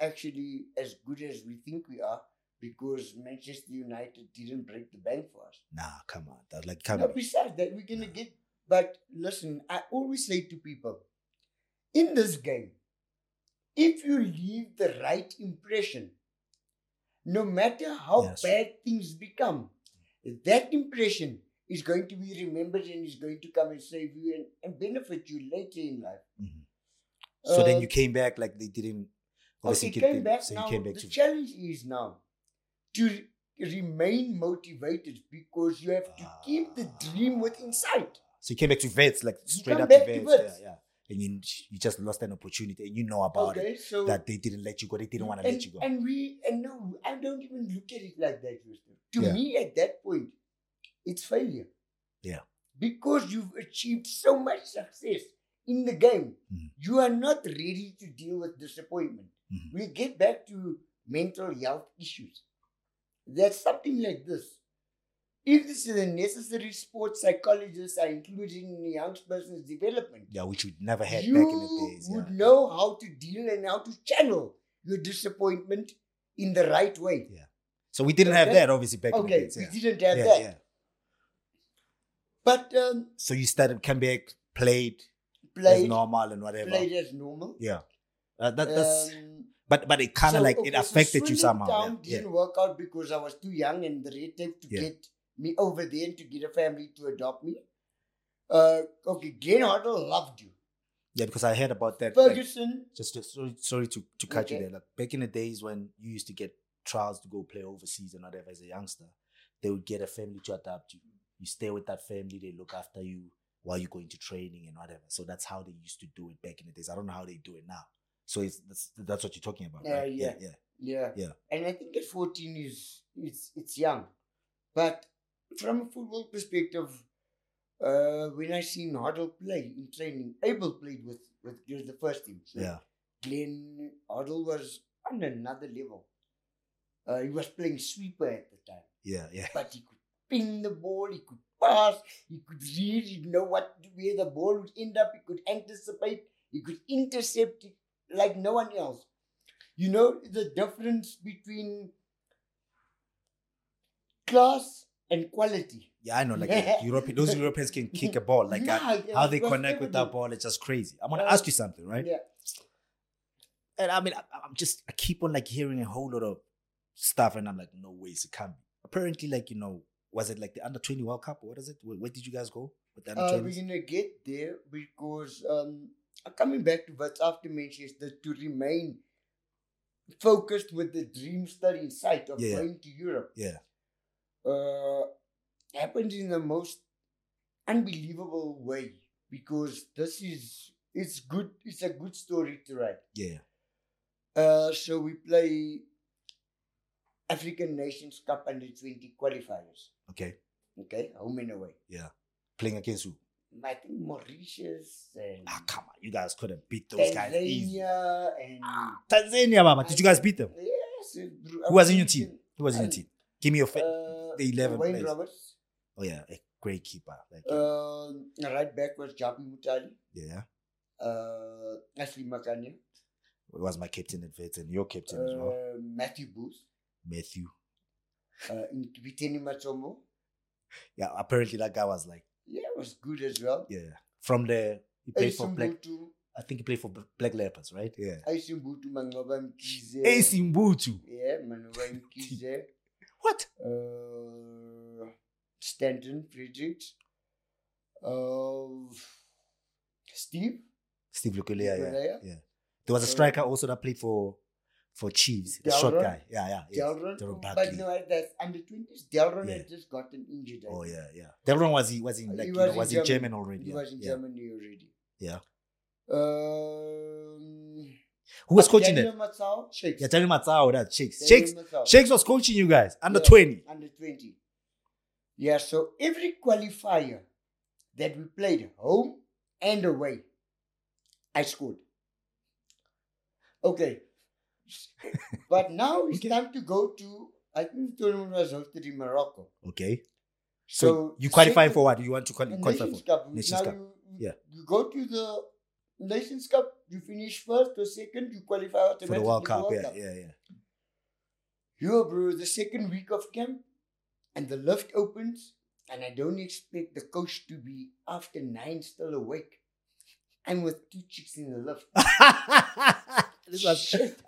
S2: actually as good as we think we are because Manchester United didn't break the bank for us.
S1: nah, come on. That like come
S2: Now,
S1: on.
S2: besides that, we're going to get. But listen, I always say to people in this game, if you leave the right impression, no matter how
S1: Yes.
S2: bad things become, that impression is going to be remembered and is going to come and save you and, and benefit you later in life.
S1: Mhm. So then
S2: Uh,
S1: you came back like they didn't.
S2: Okay,
S1: obviously
S2: it
S1: you
S2: came back
S1: so
S2: now.
S1: you came back
S2: the
S1: to
S2: challenge is now to remain motivated because you have to keep
S1: Ah.
S2: the dream within sight.
S1: so you came back to Vets like straight
S2: come
S1: up to
S2: back to
S1: Vets.
S2: Vets.
S1: Yeah, yeah. And you you just lost an opportunity and you know about it
S2: okay, so
S1: that they didn't let you go. They didn't want to
S2: and,
S1: let you go.
S2: And we and no, I don't even look at it like that, Houston. To
S1: Yeah.
S2: me, at that point, it's failure.
S1: Yeah.
S2: Because you've achieved so much success in the game,
S1: Mhm.
S2: you are not ready to deal with disappointment.
S1: Mhm.
S2: We get back to mental health issues. That's something like this. If this is a necessary sports psychologists are included in the young person's development,
S1: Yeah, which we never had
S2: you
S1: back in the days.
S2: would
S1: yeah.
S2: know how to deal and how to channel your disappointment in the right way.
S1: Yeah. So we didn't have
S2: Okay.
S1: that obviously back in the
S2: okay,
S1: days.
S2: we
S1: Yeah.
S2: didn't have
S1: yeah,
S2: that,
S1: yeah.
S2: but um,
S1: So you started come back, played, as
S2: played
S1: normal and whatever.
S2: played as normal.
S1: Yeah. Uh, that, that's
S2: Um,
S1: but but it kind of
S2: so,
S1: like it
S2: okay, so
S1: affected you
S2: Swindon
S1: somehow.
S2: Town
S1: Yeah.
S2: didn't work out because I was too young and the red tape to
S1: Yeah.
S2: get me over there and to get a family to adopt me. Uh, okay, Glenn Hoddle loved you.
S1: yeah, because I heard about that. like,
S2: Ferguson,
S1: just just sorry, sorry to to catch you
S2: Okay.
S1: there. Like back in the days when you used to get trials to go play overseas and whatever as a youngster, they would get a family to adopt you. You stay with that family, they look after you while you're going to training and whatever. So that's how they used to do it back in the days. I don't know how they do it now. So it's that's, that's what you're talking about.
S2: Yeah,
S1: right?
S2: yeah.
S1: yeah.
S2: Yeah.
S1: Yeah.
S2: And I think at 14 is it's it's young. But from a football perspective, uh, when I seen Hoddle play in training, Abel played with with with the first team. So
S1: Yeah.
S2: Glenn Hoddle was on another level. Uh, he was playing sweeper at the time.
S1: Yeah, yeah,
S2: But he could pin the ball, he could pass, he could read, he know what where the ball would end up, he could anticipate, he could intercept it like no one else. You know the difference between class and quality.
S1: yeah. I know, like uh, European, those Europeans can kick a ball. Like uh,
S2: Yeah, yeah,
S1: how they
S2: it was
S1: connect with that
S2: evident.
S1: ball, it's just crazy. I'm gonna
S2: Yeah.
S1: ask you something, right?
S2: Yeah.
S1: And I mean, I, I'm just I keep on like hearing a whole lot of stuff, and I'm like, no ways, it can't be. Apparently, like you know, was it like the under twenty World Cup? What is it? Where, where did you guys go with the under
S2: Uh, we're
S1: twenty?
S2: gonna get there because um, coming back to what's after Manchester to remain focused with the dream still in sight of
S1: Yeah, yeah.
S2: going to Europe.
S1: Yeah.
S2: Uh, happened in the most unbelievable way because this is it's good. It's a good story to write.
S1: Yeah,
S2: Uh, so we play African Nations Cup under twenty qualifiers.
S1: okay.
S2: Okay, home and away.
S1: Playing against who?
S2: I think Mauritius and
S1: Ah, come on, you guys could have beat those guys. Easy.
S2: Tanzania and
S1: Tanzania, Mama. Did you guys beat them?
S2: Yes.
S1: Who was in your team? Who was in your team? Give me your fa-
S2: Uh,
S1: The 11th
S2: Wayne
S1: place.
S2: Roberts.
S1: Oh yeah, a great keeper. Like
S2: Um, right back was Jabi Mutali.
S1: yeah,
S2: Uh, Ashley Makanya.
S1: it was my captain at Vets and your captain as well,
S2: Uh, Matthew Booth.
S1: Matthew.
S2: Uh, Ntibiteni Matomo.
S1: Yeah, apparently that guy was like
S2: Yeah, was good as well.
S1: yeah from the he played for Black.
S2: Aisumbutu.
S1: I think he played for Black Leopards, right? Yeah.
S2: Aisumbutu Mangoba Mkize.
S1: Ace Mbutu.
S2: Yeah, Mangoba Mkize.
S1: What?
S2: uh, Stanton Fredericks. Uh, Steve.
S1: Steve Lukulea, yeah.
S2: Lukulea.
S1: yeah. There was a
S2: Uh,
S1: striker also that played for for Chiefs, the short
S2: Dalrymple.
S1: guy. Yeah, yeah. yes.
S2: Delron.
S1: Delron
S2: but
S1: Barkley.
S2: no, that's under 20s. Delron
S1: Yeah.
S2: had just gotten injured. I
S1: Oh
S2: think.
S1: yeah, yeah. Delron was he was in like
S2: He
S1: you
S2: was
S1: know,
S2: in
S1: was in
S2: Germany.
S1: German already.
S2: He
S1: yeah,
S2: was in
S1: yeah.
S2: Germany already.
S1: Yeah.
S2: Um,
S1: Who was coaching
S2: Daniel
S1: them?
S2: Matsao, Shakes.
S1: Yeah, Daniel Matsao, that Shakes.
S2: Daniel
S1: Shakes
S2: Matsao,
S1: Shakes was coaching you guys under
S2: Yeah.
S1: 20.
S2: Under 20. Yeah, so every qualifier that we played, home and away, I scored. Okay. but now it's
S1: Okay.
S2: time to go to, I think the tournament was hosted in Morocco.
S1: Okay. So,
S2: So,
S1: you qualify
S2: second-
S1: for what? You want to quali-
S2: And
S1: qualify for?
S2: Nations Cup.
S1: Nations
S2: now
S1: Cup.
S2: You,
S1: Yeah.
S2: you go to the Nations Cup, you finish first or second, you qualify automatically
S1: For the World Cup,
S2: World
S1: yeah, yeah, yeah.
S2: Yo, bro, the second week of camp, and the lift opens, and I don't expect the coach to be after nine still awake. I'm with two chicks in the lift.
S1: this was
S2: Shit,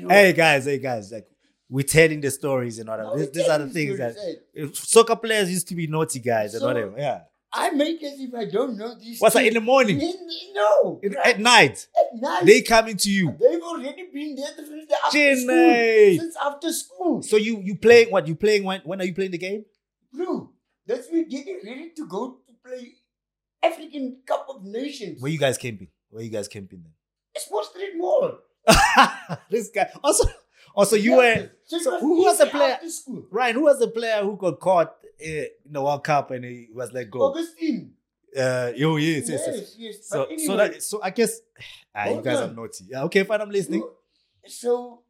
S2: yo.
S1: Hey guys, hey guys, like we're telling the stories and all
S2: Now
S1: that. These,
S2: we
S1: these
S2: tell
S1: are the
S2: you
S1: things that
S2: stories, hey.
S1: soccer players used to be naughty guys and
S2: So-
S1: whatever. Yeah.
S2: I make as if I don't know these.
S1: What's that in
S2: things.
S1: the morning?
S2: In- no,
S1: In-
S2: bruh,
S1: at night.
S2: at night.
S1: They coming to you.
S2: They've already been there since the after
S1: Chennai.
S2: school. Since after school.
S1: So you you playing what? You playing when when are you playing the game?
S2: Bro, that's we're getting ready to go to play African Cup of Nations.
S1: Where you guys camping? Where you guys camping
S2: Sports Street Mall.
S1: then? this guy. Also also you were
S2: So, it
S1: so who was the
S2: easy
S1: player-
S2: after school.
S1: Ryan, who was the player who got caught uh, in the World Cup and he was let go?
S2: Augustine.
S1: Uh, oh yes, yes, yes.
S2: yes.
S1: So,
S2: But anyway,
S1: so that so I guess ah, you
S2: Hold
S1: guys are
S2: on.
S1: naughty. Yeah, okay, fine. I'm listening.
S2: who- so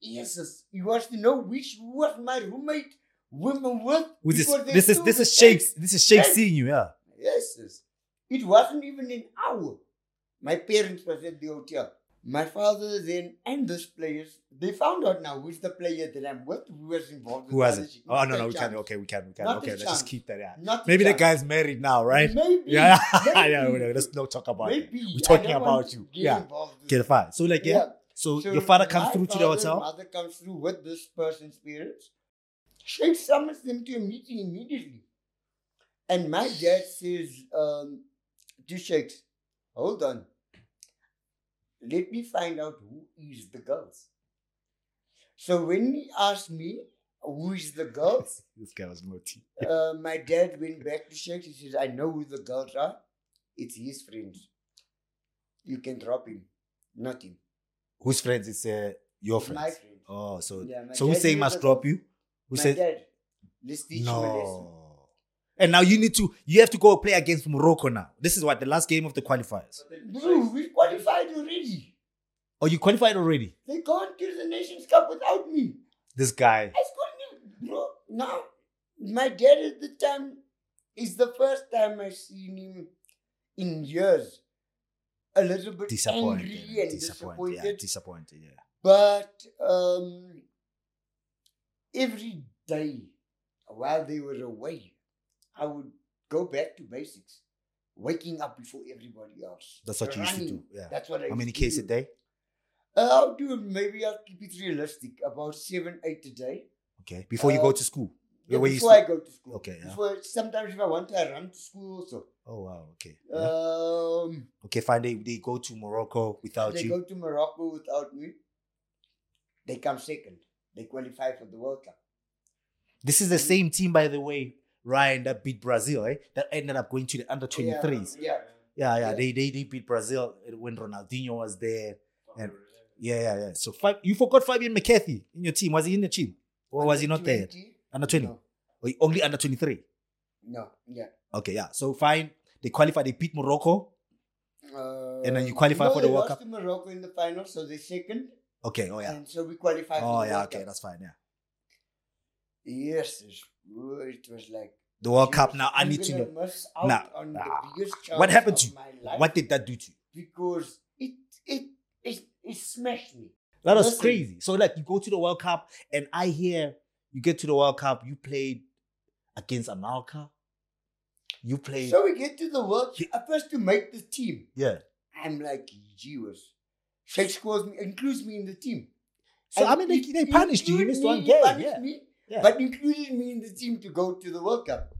S2: yes, yes, you want to know which was my roommate women with?
S1: With this,
S2: because they
S1: this is
S2: still
S1: this is
S2: respect-
S1: Shakes. This is Shakes
S2: Hey.
S1: seeing you. Yeah.
S2: Yes, yes. It wasn't even an hour. My parents was at the hotel. My father then and those players, they found out now who's the player that I'm with who was involved.
S1: Who
S2: with
S1: has it?
S2: Kalajic.
S1: Oh
S2: Not
S1: no
S2: a
S1: no we can
S2: chance.
S1: okay we can we can
S2: Not a
S1: okay let's
S2: chance.
S1: just keep that. Yeah.
S2: Not a
S1: Maybe the
S2: chance.
S1: guy's married now, right?
S2: Maybe.
S1: Yeah,
S2: maybe,
S1: yeah. well, Let's not talk about it.
S2: maybe.
S1: We're
S2: I
S1: talking
S2: don't
S1: about
S2: want to
S1: you.
S2: get
S1: Yeah.
S2: involved with
S1: Okay,
S2: it.
S1: fine. So like yeah. So, your father comes
S2: my
S1: through to the
S2: father,
S1: hotel.
S2: Mother comes through with this person's parents. She summons them to a meeting immediately. And my dad says um, to Shakes, hold on. Let me find out who is the girls. So when he asked me who is the girls,
S1: This guy was naughty.
S2: uh, my dad went back to Shakes. He says, I know who the girls are. It's his friends. You can drop him, not him.
S1: Whose friends? It's uh, your
S2: It's My
S1: friends.
S2: friend.
S1: Oh, so
S2: Yeah, my
S1: so who's
S2: dad
S1: saying
S2: knew
S1: must
S2: the-
S1: drop you? Who
S2: my
S1: says
S2: dad, let's teach him a lesson.
S1: no? And now you need to you have to go play against Morocco now. This is what the last game of the qualifiers.
S2: Bro, we qualified already.
S1: Oh, you qualified already.
S2: They can't to the Nations Cup without me.
S1: This guy.
S2: I scored new. Bro, now, my dad at the time is the first time I've seen him in years. A little bit
S1: Disappointed.
S2: angry and
S1: disappointed.
S2: disappointed.
S1: Yeah, disappointed. Yeah.
S2: But um, every day while they were away, I would go back to basics, waking up before everybody else.
S1: That's what you used to do.
S2: Running.
S1: Yeah.
S2: That's what I
S1: How many
S2: used to
S1: cases a
S2: do.
S1: day?
S2: Uh, I'll do maybe I'll keep it realistic, about seven, eight a day.
S1: Okay. Before you
S2: Uh,
S1: go to school. Yeah, where you
S2: before I
S1: sleep.
S2: go to school.
S1: Okay, yeah.
S2: Before, sometimes if I want to, I run to school also.
S1: Oh wow. Okay.
S2: uh,
S1: Yeah.
S2: Um,
S1: okay. Fine. They, they go to Morocco without
S2: they
S1: you.
S2: go to Morocco without me. They come second. They qualify for the World Cup.
S1: This is the same team, by the way, Ryan that beat Brazil, eh? That ended up going to the under twenty threes.
S2: Yeah.
S1: Yeah, yeah.
S2: Yeah.
S1: They, they they beat Brazil when Ronaldinho was there. And yeah, yeah, yeah. So five, you forgot Fabian McCarthy in your team. Was he in the team? Or was he not there?
S2: 20?
S1: Under twenty.
S2: No.
S1: Or only under twenty three.
S2: No, yeah.
S1: Okay, yeah. So fine. They qualify, they beat Morocco.
S2: Uh,
S1: And then you qualify
S2: no,
S1: for the
S2: they
S1: World
S2: lost to Morocco in the final, so they second,
S1: Okay, oh yeah.
S2: and so we qualify.
S1: Oh
S2: for the
S1: yeah,
S2: World
S1: okay,
S2: Cup.
S1: that's fine. Yeah.
S2: Yes, it's- oh, it was like
S1: The World
S2: you
S1: Cup.
S2: know,
S1: Now I
S2: I'm
S1: need to
S2: gonna
S1: know
S2: miss out
S1: Nah,
S2: on the
S1: nah.
S2: biggest
S1: What
S2: chance
S1: happened
S2: of
S1: to you?
S2: my life
S1: what did that do to you?
S2: because it it it it smashed me.
S1: That was
S2: Listen.
S1: crazy. So like you go to the World Cup, and I hear you get to the World Cup, you played against America. You played,
S2: So we get to the world.
S1: He-
S2: I first to make the team.
S1: yeah.
S2: I'm like, Jesus. Shake scores me, includes me in the team.
S1: So I
S2: And
S1: mean, they,
S2: it-
S1: they
S2: it
S1: punished you. You missed
S2: included me,
S1: one
S2: it
S1: game.
S2: punished
S1: Yeah.
S2: me,
S1: Yeah.
S2: But included me in the team to go to the World Cup.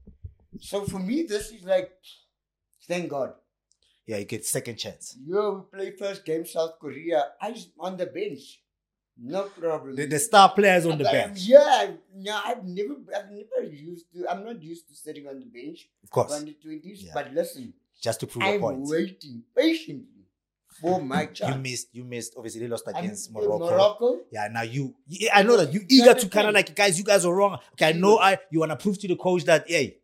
S2: So for me, this is like, thank God.
S1: yeah, you get second chance.
S2: Yeah, we play first game South Korea. I was on the bench. No problem.
S1: The, the star players on the
S2: But, um,
S1: bench,
S2: Yeah, no, I've never, I've never used to. I'm not used to sitting on the bench
S1: of course,
S2: under twenties.
S1: Yeah.
S2: But listen,
S1: just to prove a
S2: I'm
S1: point.
S2: waiting patiently for my
S1: You
S2: chance.
S1: missed. You missed. Obviously, they lost
S2: I'm
S1: against
S2: in
S1: Morocco.
S2: Morocco.
S1: Yeah, now you. Yeah, I know that you
S2: That's
S1: eager
S2: the
S1: to kind of
S2: thing.
S1: like guys. You guys are wrong. Okay, I know. I you want to prove to the coach that hey,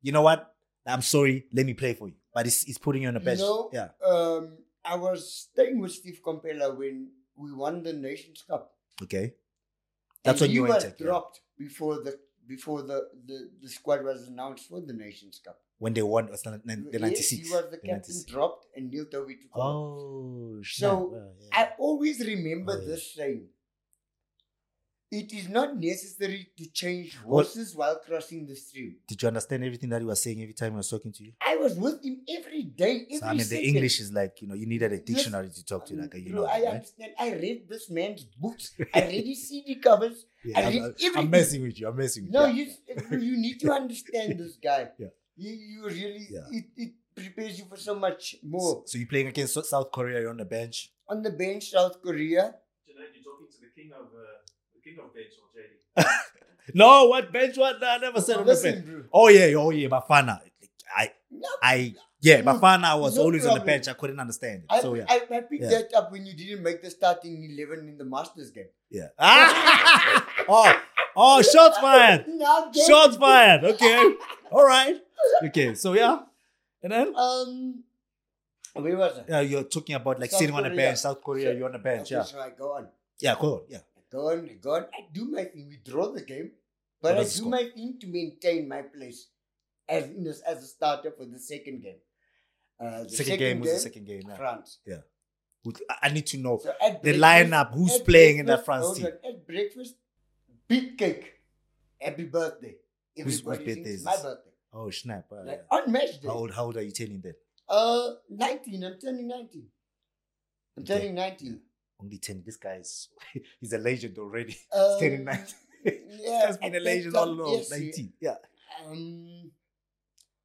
S1: you know what? I'm sorry. Let me play for you. But it's, it's putting you on the
S2: You
S1: bench.
S2: know,
S1: yeah.
S2: Um, I was staying with Steve Compella when we won the Nations Cup.
S1: Okay. That's
S2: and
S1: when you
S2: were
S1: entered. yeah.
S2: dropped before the before the, the, the squad was announced for the Nations Cup.
S1: When they won, it was the, the
S2: Yes,
S1: ninety-six.
S2: he was the
S1: the
S2: captain
S1: 96.
S2: dropped and Neil Tovey took over.
S1: Oh shit.
S2: So,
S1: Well, yeah.
S2: I always remember
S1: Oh, yeah.
S2: this saying. It is not necessary to change
S1: What-
S2: horses while crossing the stream.
S1: Did you understand everything that he was saying every time he was talking to you?
S2: I was with him every day, every
S1: So, I mean, the
S2: second.
S1: English is like you know you needed a
S2: Yes. Um,
S1: dictionary to talk to, like you know.
S2: I
S1: right?
S2: understand. I read this man's books. I read his CD covers.
S1: Yeah,
S2: I
S1: I'm,
S2: read
S1: I'm
S2: everything.
S1: messing with you. I'm messing with
S2: No,
S1: you.
S2: you eh, you need to understand this guy.
S1: Yeah.
S2: You, you really
S1: Yeah.
S2: it, it prepares you for so much
S1: So,
S2: more.
S1: so you're playing against Sou- South Korea. You're on the bench.
S2: On the bench, South Korea.
S3: Tonight you're talking to the king of uh, the king of bench or JD.
S1: No, what bench? What? No, I never said on the bench.
S2: Listen, bro.
S1: Oh yeah, oh yeah, Bafana. I,
S2: No,
S1: I, yeah,
S2: Dude,
S1: Bafana was
S2: no
S1: always on the
S2: problem.
S1: bench. I couldn't understand
S2: I,
S1: it. So yeah,
S2: I, I picked
S1: Yeah.
S2: that up when you didn't make the starting eleven in the Masters game.
S1: yeah. oh, oh, shots fired,
S2: Now get-
S1: shots fired. Okay, all right. Okay, so yeah, and then
S2: Um, where was I?
S1: yeah, you're talking about like
S2: South
S1: sitting on the
S2: Korea.
S1: bench, South Korea.
S2: Sure.
S1: You're on the bench.
S2: okay,
S1: Yeah,
S2: so I go on,
S1: yeah, cool. Yeah,
S2: I go on, I go on. I do my thing. We draw the game, but
S1: What
S2: I
S1: does it
S2: do
S1: score?
S2: my thing to maintain my place as in as, as a starter for the second game. Uh, the
S1: second, game was the second game. Yeah.
S2: France.
S1: With- I- I need to know
S2: So at
S1: the
S2: breakfast-
S1: lineup. Who's
S2: at
S1: playing in that
S2: breakfast-
S1: France
S2: hold
S1: team?
S2: on, At breakfast, big cake, happy birthday.
S1: Whose- whose
S2: Everybody
S1: birthday
S2: thinks
S1: is
S2: my
S1: this?
S2: birthday.
S1: Oh snap! Uh,
S2: Like,
S1: yeah.
S2: on match day.
S1: How old? How old are you telling them?
S2: Uh, 19. I'm turning 19. I'm
S1: Okay.
S2: turning 19.
S1: Only ten. This guy is he's a legend already.
S2: Um,
S1: turning 19.
S2: yeah,
S1: has been
S2: at
S1: a
S2: that
S1: legend all
S2: time,
S1: along.
S2: yes,
S1: 19. Yeah.
S2: Um,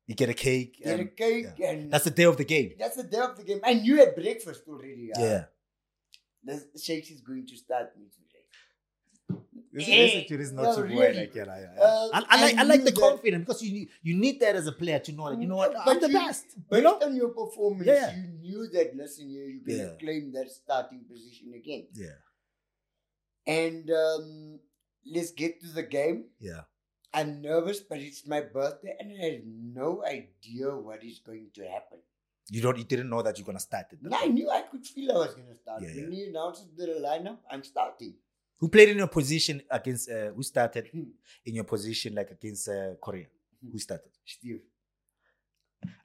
S1: You get a cake.
S2: get a
S1: and
S2: cake
S1: yeah.
S2: and
S1: That's the day of the game.
S2: that's the day of the game. And you had breakfast already.
S1: Yeah.
S2: The Shakes is going to start me today.
S1: This,
S2: Eh,
S1: this actually is not
S2: no,
S1: too
S2: really.
S1: bad. Like, yeah, yeah, yeah.
S2: Uh,
S1: I, I like I
S2: and
S1: like
S2: you
S1: the
S2: that-
S1: confidence because you need- you need that as a player to know that you know what
S2: But
S1: I'm the
S2: you-
S1: best. You
S2: Based
S1: know?
S2: on your performance,
S1: Yeah.
S2: you knew that, listen, you- you're going to
S1: Yeah.
S2: claim that starting position again.
S1: Yeah,
S2: And um, let's get to the game.
S1: yeah.
S2: I'm nervous, but it's my birthday, and I have no idea what is going to happen.
S1: You don't you didn't know that you're gonna start it.
S2: No, I knew I could feel I was going to start.
S1: Yeah,
S2: when he announces the lineup, I'm starting.
S1: Who played in your position against uh, who started
S2: Hmm.
S1: in your position like against uh, Korea? Who started?
S2: Steve.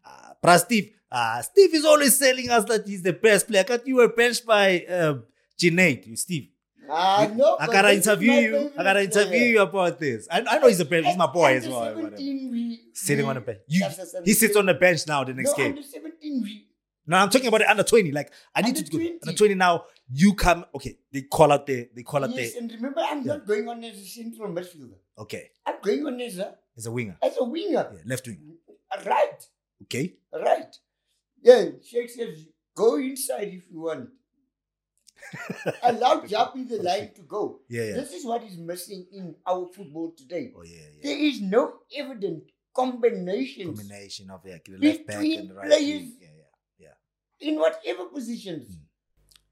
S1: Uh, but Steve, uh, Steve is always telling us that he's the best player. I thought you were benched by uh, Sinead, you Steve.
S2: Ah, no,
S1: I
S2: but
S1: gotta
S2: this is
S1: interview
S2: my
S1: you. I
S2: favorite
S1: gotta interview
S2: player.
S1: you about this. I, I know he's a bench. He's my boy
S2: Under
S1: as well. whatever.
S2: 17, we,
S1: Sitting
S2: we-
S1: on the bench. You,
S2: Yes, yes,
S1: he sits
S2: under-
S1: on the bench now. The next
S2: no,
S1: game.
S2: Under 17, we,
S1: No, I'm talking about the under 20. Like I need
S2: Under
S1: to go
S2: 20.
S1: under 20 now. You come. Okay, they call out the. They call out
S2: yes,
S1: the.
S2: and remember, I'm
S1: Yeah.
S2: not going on as a central midfielder.
S1: Okay,
S2: I'm going on as a,
S1: as a winger,
S2: as a winger.
S1: yeah, left winger.
S2: Right,
S1: Okay,
S2: right. Yeah, Sheikh says, go inside if you want. Allow Japi the line to go.
S1: yeah, yeah.
S2: This is what is missing in our football today.
S1: Oh yeah, yeah.
S2: There is no evident combinations
S1: Combination of yeah, the left back
S2: Between
S1: and the right.
S2: players.
S1: wing. Yeah, yeah.
S2: in whatever positions.
S1: Mm.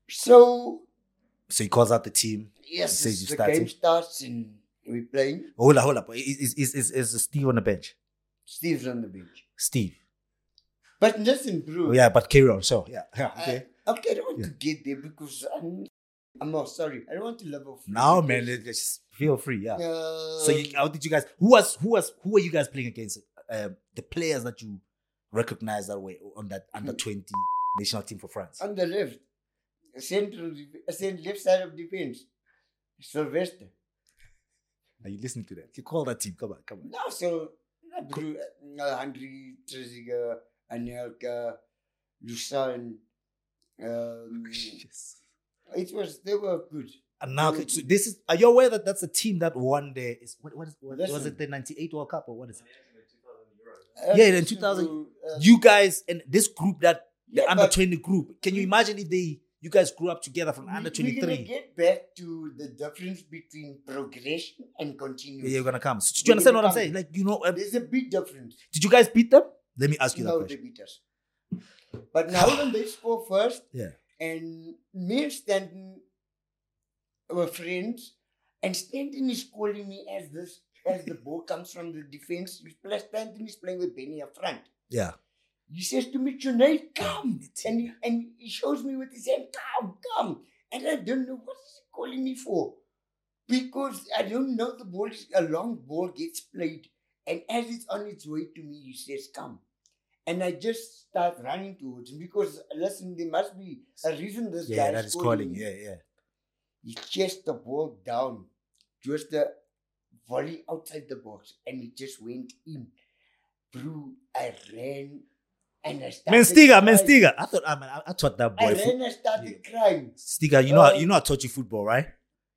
S2: So,
S1: So he calls out the team.
S2: yes,
S1: says you
S2: the
S1: starting.
S2: game starts and we're playing.
S1: Hold up, hold up. Is is is, is Steve on the bench?
S2: Steve's on the bench.
S1: Steve.
S2: But listen, bro.
S1: Oh, yeah, but carry on. So yeah, yeah.
S2: I-
S1: Okay.
S2: okay, I don't want to get there because uh, I'm, I'm not sorry. I don't want to level.
S1: Now, man, let's just Feel free, yeah.
S2: No.
S1: So you, how did you guys? Who was who was who were you guys playing against? Uh, the players that you recognize that were on that under twenty national team for France.
S2: on the left, central, def- uh, cent- left side of defense, Sylvester.
S1: Are you listening to that? You call that team? Come on, come on.
S2: No, so Abdul, uh, Henry, Trezeguet, Anelka, Lucerne. Um,
S1: Yes.
S2: it was they were good.
S1: And now, so this is. Are you aware that that's a team that won the? Is what, what is what,
S2: Listen.
S1: was it the '98 World Cup or what is it?
S2: Uh,
S1: Yeah, in 2000,
S2: uh,
S1: You guys and this group that the
S2: yeah,
S1: under
S2: but
S1: 20 group. Can you
S2: we-
S1: imagine if they you guys grew up together from under
S2: we- we're gonna
S1: 23?
S2: get back to the difference between progression and
S1: Yeah, you're
S2: continuity.
S1: gonna come. So, do
S2: We're
S1: you understand
S2: gonna
S1: what I'm
S2: come.
S1: saying? Like you know, uh,
S2: There's a big difference.
S1: did you guys beat them? Let me ask you
S2: No,
S1: that
S2: they
S1: question.
S2: beat us. But now when they score first,
S1: Yeah.
S2: and me and Stanton were friends, and Stanton is calling me as this as the ball comes from the defense. Plus Stanton is playing with Benny up front.
S1: Yeah.
S2: He says to me, Junaid, come. And he, and he shows me with his hand, come, come. And I don't know what is he calling me for. Because I don't know the ball is a long ball gets played. And as it's on its way to me, he says, come. And I just start running towards him because listen, there must be a reason this guy
S1: Yeah, that is calling.
S2: me.
S1: Yeah, yeah.
S2: He chased the ball down, just the volley outside the box, and it just went in. Bro, I ran and I started.
S1: Menstiga,
S2: crying.
S1: Menstiga. I thought I, man, I, I taught that
S2: I
S1: boy. fo-
S2: ran and started crying.
S1: Stiga, you know,
S2: Uh,
S1: you know, I taught you football, right?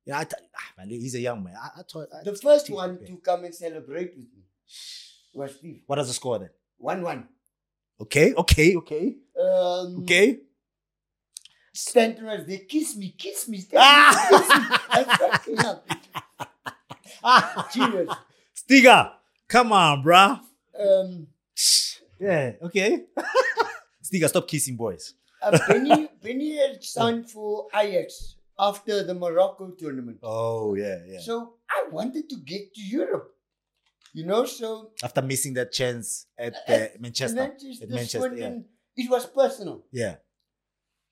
S1: Yeah, I th- ah, man, he's a young man. I, I taught. I,
S2: The first
S1: Steve,
S2: one
S1: yeah.
S2: to come and celebrate with me was Steve.
S1: What does the score then?
S2: 1 1.
S1: Okay, okay, okay,
S2: Um,
S1: okay.
S2: Stanton was there. Kiss me, kiss me. Stanton, kiss me. I
S1: Ah!
S2: fucked him up. Genius.
S1: Stiga, come on, bruh.
S2: Um,
S1: Yeah, okay. Stiga, stop kissing boys.
S2: uh, Benny, Benny had signed for Ajax after the Morocco tournament.
S1: Oh yeah, yeah.
S2: So I wanted to get to Europe. You know, so
S1: After missing that chance at uh, Manchester,
S2: and then just
S1: at
S2: this
S1: Manchester,
S2: one,
S1: yeah.
S2: and it was personal.
S1: yeah,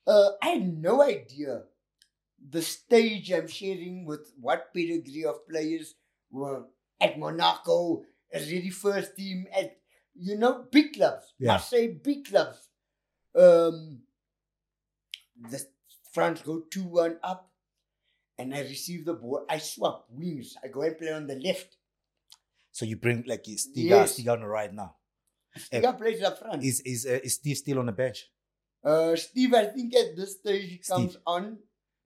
S2: Uh, I had no idea the stage I'm sharing with what pedigree of players were at Monaco, really first team at you know big clubs.
S1: Yeah.
S2: Marseille, big clubs. Um, the France go two one up, and I receive the ball. I swap wings. I go and play on the left.
S1: So you bring like Stiga,
S2: Yes.
S1: Stiga on the right now. Eh,
S2: Stiga plays up front.
S1: Is is uh, is Steve still on the bench
S2: Uh, Steve, I think at this stage he comes on.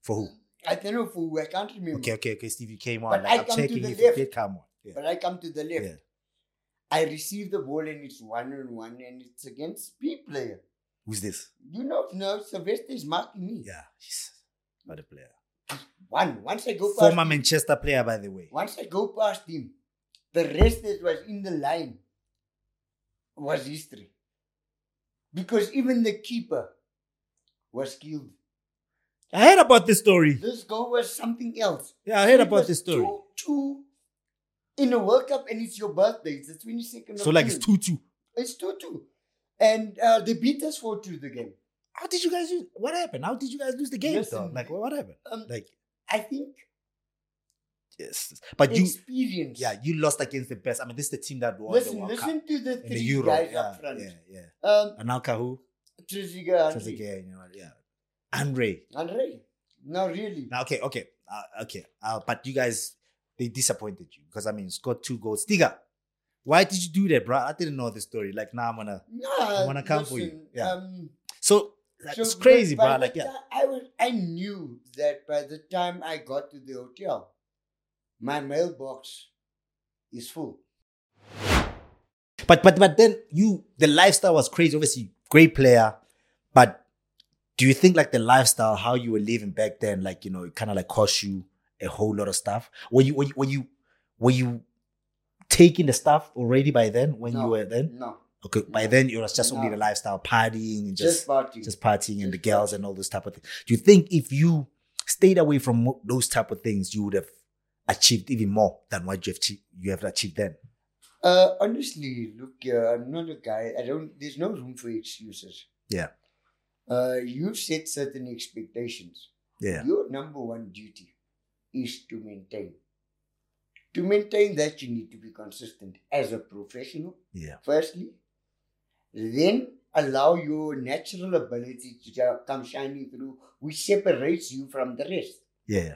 S1: for who?
S2: I don't know for who. I can't remember.
S1: Okay, okay, okay. Steve, you came on.
S2: Mm. But
S1: like,
S2: I
S1: I'm
S2: come to
S1: checking
S2: the
S1: if you
S2: left.
S1: did come on. Yeah.
S2: But I come to the left.
S1: Yeah.
S2: I receive the ball and it's one on one and it's against B player.
S1: Who's this?
S2: You know, now Sylvester is marking me.
S1: Yeah, he's not a player.
S2: One. Once I go past.
S1: Former Manchester player, by the way.
S2: Once I go past him, the rest that was in the line was history. Because even the keeper was killed.
S1: I heard about this story.
S2: This goal was something else.
S1: Yeah, I heard
S2: It
S1: about
S2: was
S1: this story.
S2: 2-2 in a World Cup, and it's your birthday. It's the 22nd
S1: So
S2: of
S1: like
S2: June.
S1: it's two two.
S2: It's 2-2. And uh, they beat us 4-2 the game.
S1: How did you guys? Lose? What happened? How did you guys lose the game?
S2: Listen.
S1: dog? Like what what happened?
S2: Um,
S1: Like
S2: I think
S1: yes, but you
S2: experience.
S1: yeah you lost against the best. I mean, this is the team that won the
S2: Listen,
S1: World
S2: listen
S1: Cup
S2: to the
S1: and the
S2: three
S1: Euro.
S2: guys
S1: yeah,
S2: up front.
S1: yeah, yeah.
S2: Um,
S1: And now Kahu,
S2: Trezeguet,
S1: just
S2: Andre.
S1: again, you know, yeah. Andre.
S2: Andre. No, really.
S1: Now, okay, okay, uh, okay. Uh, but you guys, they disappointed you because I mean, scored two goals. Stiga, why did you do that, bro? I didn't know the story. Like now, I'm gonna.
S2: No,
S1: I wanna come for you.
S2: listen,
S1: Yeah.
S2: Um,
S1: So like,
S2: so
S1: it's
S2: by-
S1: crazy,
S2: by
S1: bro.
S2: the
S1: Like yeah,
S2: ti- I was. I knew that by the time I got to the hotel, my mailbox is full.
S1: but but but then you the lifestyle was crazy. Obviously, great player, but do you think like the lifestyle how you were living back then, like you know, it kind of like cost you a whole lot of stuff? Were you were you were you, were you taking the stuff already by then when you
S2: No.
S1: were then?
S2: No,
S1: Okay, by
S2: No.
S1: then it was just only
S2: No.
S1: the lifestyle, partying and just
S2: just,
S1: just,
S2: party.
S1: partying and the
S2: Just
S1: girls and all those type of things. Do you think if you stayed away from mo- those type of things, you would have achieved even more than what you have chi- you have achieved then?
S2: Uh, honestly, look, uh, I'm not a guy. I don't. There's no room for excuses.
S1: Yeah.
S2: Uh, you set certain expectations.
S1: Yeah,
S2: Your number one duty is to maintain. To maintain that, you need to be consistent as a professional,
S1: Yeah.
S2: firstly. Then allow your natural ability to ju- come shining through, which separates you from the rest.
S1: Yeah.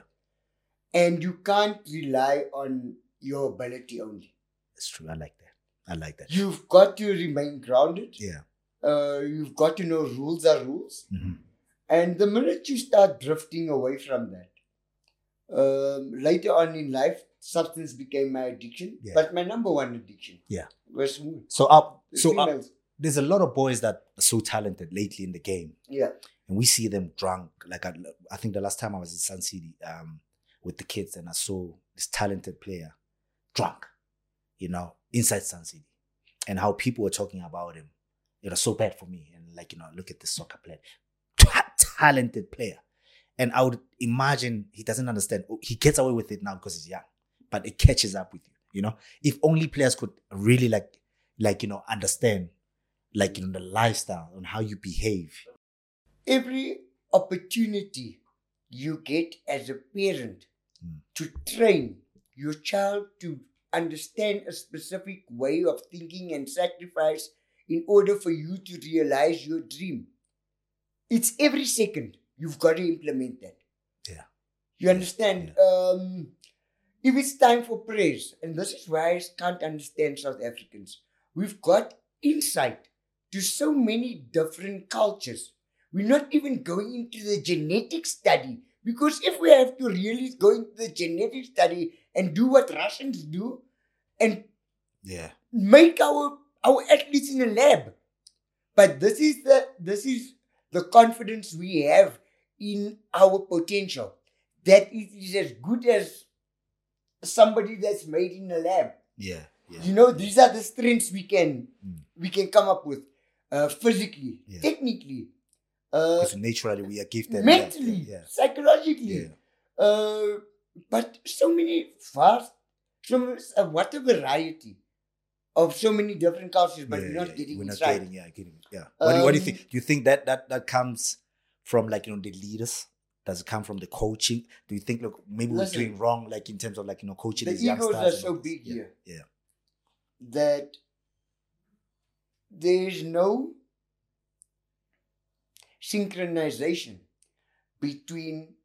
S2: And you can't rely on your ability only.
S1: That's true. I like that. I like that.
S2: You've got to remain grounded.
S1: Yeah.
S2: Uh, you've got to know rules are rules.
S1: Mhm.
S2: And the minute you start drifting away from that, um, later on in life, substance became my addiction,
S1: Yeah.
S2: but my number one addiction.
S1: Yeah.
S2: Was women.
S1: So up. So uh,
S2: females.
S1: there's a lot of boys that are so talented lately in the game,
S2: yeah,
S1: and we see them drunk. Like I, I think the last time I was in Sun City um, with the kids, and I saw this talented player drunk, you know, inside Sun City, and how people were talking about him. It was so bad for me, and like you know, look at this soccer player, Ta- talented player, and I would imagine he doesn't understand. Oh, He gets away with it now because he's young, but it catches up with you. You know, if only players could really like, like you know, understand, like you know, the lifestyle and how you behave.
S2: every opportunity you get as a parent
S1: Mm.
S2: to train your child to understand a specific way of thinking and sacrifice in order for you to realize your dream. It's every second you've got to implement that.
S1: Yeah.
S2: You understand? Um, if it's time for prayers, and this is why I can't understand South Africans, we've got insight to so many different cultures. We're not even going into the genetic study because if we have to really go into the genetic study and do what Russians do and
S1: Yeah,
S2: make our our athletes in a lab. But this is the this is the confidence we have in our potential that it is as good as somebody that's made in a lab.
S1: yeah, yeah.
S2: You know, these are the strengths we can
S1: Mm.
S2: we can come up with uh, physically,
S1: Yeah.
S2: technically, uh,
S1: Because naturally we are gifted.
S2: mentally,
S1: Yeah,
S2: psychologically.
S1: yeah,
S2: Uh, but so many vast, so many, uh, what a variety of so many different cultures, but we're not getting
S1: we're
S2: it
S1: not
S2: right.
S1: getting. Yeah, getting. Yeah. What, do- what do you
S2: Um,
S1: think? Do you think that that that comes from like you know the leaders? Does it come from the coaching? Do you think look maybe
S2: Listen.
S1: we're doing wrong like in terms of like you know coaching
S2: the
S1: these youngsters?
S2: egos are
S1: and
S2: so
S1: all this?
S2: big
S1: Yeah.
S2: here
S1: yeah.
S2: that there is no synchronization between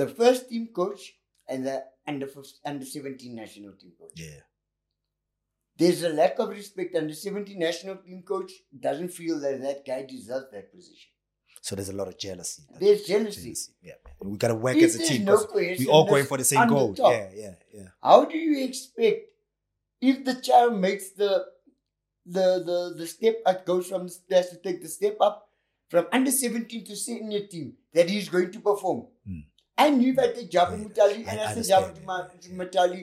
S2: the first team coach and the under fif- under 17 national team coach.
S1: Yeah.
S2: There's a lack of respect. Under 17 national team coach doesn't feel that that guy deserves that position.
S1: So there's a lot of jealousy.
S2: There's jealousy.
S1: Yeah. And we gotta work
S2: If
S1: as a
S2: there's
S1: team
S2: no
S1: 'cause we
S2: cohesiveness
S1: all going for the same
S2: on the
S1: goal.
S2: top,
S1: yeah, yeah, yeah.
S2: How do you expect if the child makes the the the, the step up goes from has to take the step up from under 17 to senior team that he's going to perform?
S1: Hmm.
S2: I knew if I take Jabu
S1: Yeah, I
S2: Mutali and I, said
S1: understand,
S2: Jabu
S1: yeah,
S2: Mutali,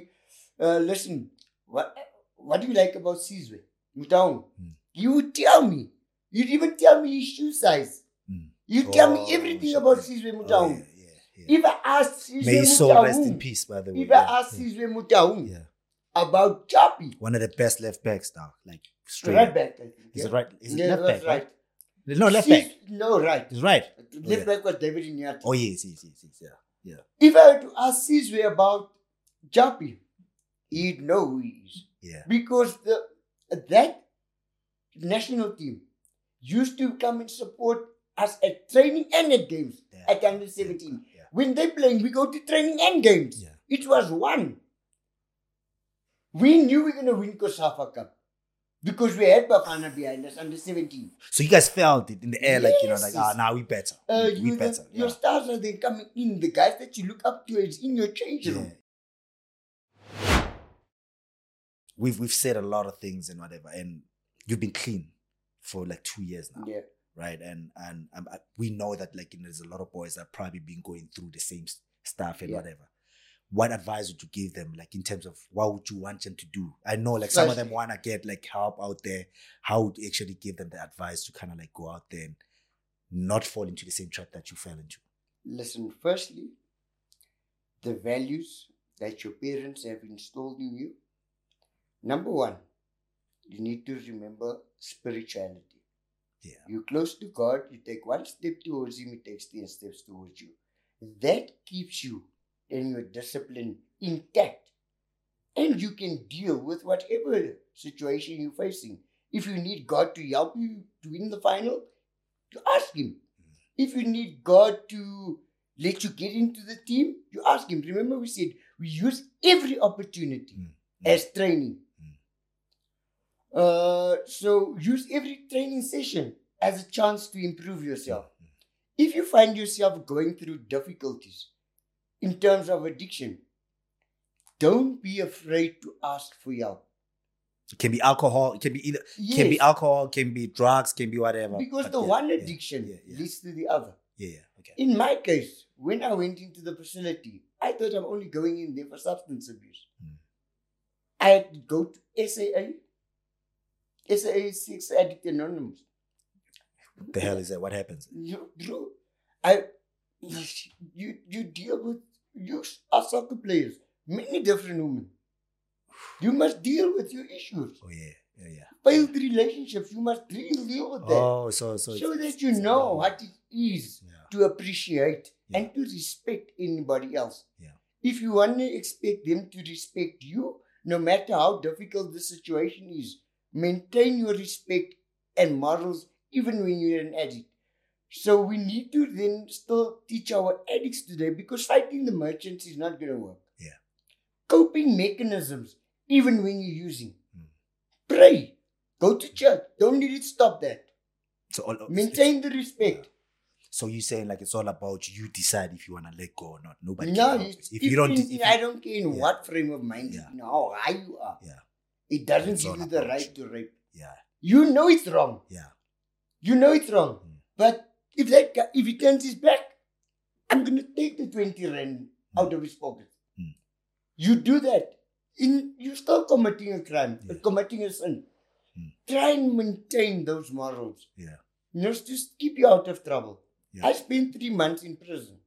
S1: yeah.
S2: uh, listen, what what do you like about Sizwe? Mutaung.
S1: Hmm.
S2: You would tell me. You'd even tell me his shoe size.
S1: Hmm.
S2: You tell
S1: Oh,
S2: me everything
S1: shit,
S2: about
S1: yeah.
S2: Sizwe
S1: Oh,
S2: Mutaung.
S1: yeah, yeah, yeah.
S2: If I asked Sizwe
S1: May his soul rest in
S2: Mutaung,
S1: peace, by the way.
S2: if I asked
S1: yeah.
S2: Sizwe Mutaung
S1: yeah.
S2: about Chappie,
S1: One of the best left backs now. Like straight.
S2: right back. I think,
S1: Is
S2: yeah?
S1: it right? Is it
S2: Yeah,
S1: left
S2: that's
S1: back? Right. No, left
S2: Sis-
S1: back.
S2: No, right.
S1: It's right.
S2: Left back was David Inyati.
S1: Oh yes, yes, yes, yes. Yeah.
S2: If I were to ask Sizwe about Chappie, he'd know who he is.
S1: Yeah.
S2: Because the that national team used to come and support us at training and at games
S1: yeah.
S2: at under 17.
S1: Yeah.
S2: When they playing, we go to training and games.
S1: Yeah.
S2: It was one. We knew we were going to win Kosafa Cup because we had Bafana behind us under 17.
S1: So you guys felt it in the air, like you know,
S2: Yes,
S1: like
S2: yes.
S1: ah, now we better.
S2: Uh,
S1: we, we
S2: you, the-
S1: better.
S2: Your
S1: yeah.
S2: stars are then coming in. The guys that you look up to is in your change room.
S1: Yeah. We've we've said a lot of things and whatever, and you've been clean for like two years now,
S2: Yeah.
S1: right? And and um, I- we know that like you know, there's a lot of boys that probably been going through the same s- stuff and
S2: Yeah.
S1: whatever. What advice would you give them, like in terms of what would you want them to do? I know like some of them
S2: Firstly-
S1: want to get like help out there. How would you actually give them the advice to kind of like go out there and not fall into the same trap that you fell into?
S2: Listen, firstly, the values that your parents have installed in you. Number one, you need to remember spirituality.
S1: Yeah.
S2: You're close to God, you take one step towards Him, He takes 10 steps towards you. That keeps you and your discipline intact and you can deal with whatever situation you're facing. If you need God to help you to win the final, you ask Him. If you need God to let you get into the team, you ask Him. Remember, we said we use every opportunity
S1: Mm.
S2: as training.
S1: Mm. Hmm.
S2: Uh, so use every training session as a chance to improve yourself
S1: Mm-hmm.
S2: if you find yourself going through difficulties in terms of addiction, don't be afraid to ask for help.
S1: It can be alcohol. It can be either. Can be
S2: Yes,
S1: alcohol. Can be drugs. Can be whatever.
S2: because
S1: But
S2: the
S1: yeah,
S2: one
S1: yeah,
S2: addiction
S1: Yeah, yeah,
S2: leads to the other.
S1: yeah, yeah, Okay.
S2: In my case, when I went into the facility, I thought I'm only going in there for substance abuse.
S1: Hmm.
S2: I had to go to SAA, SAA Six Addict Anonymous.
S1: What the hell is that? What happens?
S2: You, bro, I, you, you deal with you are soccer players, many different women. You must deal with your issues,
S1: Oh yeah, yeah, yeah.
S2: failed relationships. You must really deal with that,
S1: Oh, so so.
S2: so
S1: it's-
S2: that you
S1: it's-
S2: know what it is
S1: Yeah.
S2: to appreciate
S1: Yeah.
S2: and to respect anybody else.
S1: Yeah.
S2: If you want to expect them to respect you, no matter how difficult the situation is, maintain your respect and morals even when you're an addict. So we need to then still teach our addicts today because fighting the merchants is not going to work.
S1: Yeah.
S2: Coping mechanisms, even when you're using.
S1: Mm.
S2: Pray. Go to church. Don't let it stop that.
S1: So all, it's-
S2: Maintain the respect.
S1: So you saying like it's all about you decide if you wanna let go or not. Nobody.
S2: No,
S1: can help
S2: it's-
S1: you. if you don't,
S2: in-
S1: de- if you-
S2: I don't care in
S1: Yeah.
S2: what frame of mind,
S1: Yeah.
S2: you know, how high you are.
S1: Yeah.
S2: It doesn't
S1: It's
S2: give
S1: all
S2: you the
S1: about
S2: right
S1: you.
S2: to rape.
S1: yeah,
S2: You know it's wrong.
S1: yeah,
S2: You know it's wrong.
S1: Mm.
S2: But if that guy, if he turns his back, I'm gonna take the twenty rand
S1: Mm.
S2: out of his pocket.
S1: Mm.
S2: You do that, in you're still committing a crime,
S1: Yeah.
S2: committing a sin.
S1: Mm.
S2: Try and maintain those morals.
S1: Yeah.
S2: You know, just keep you out of trouble.
S1: Yeah.
S2: I spent three months in prison.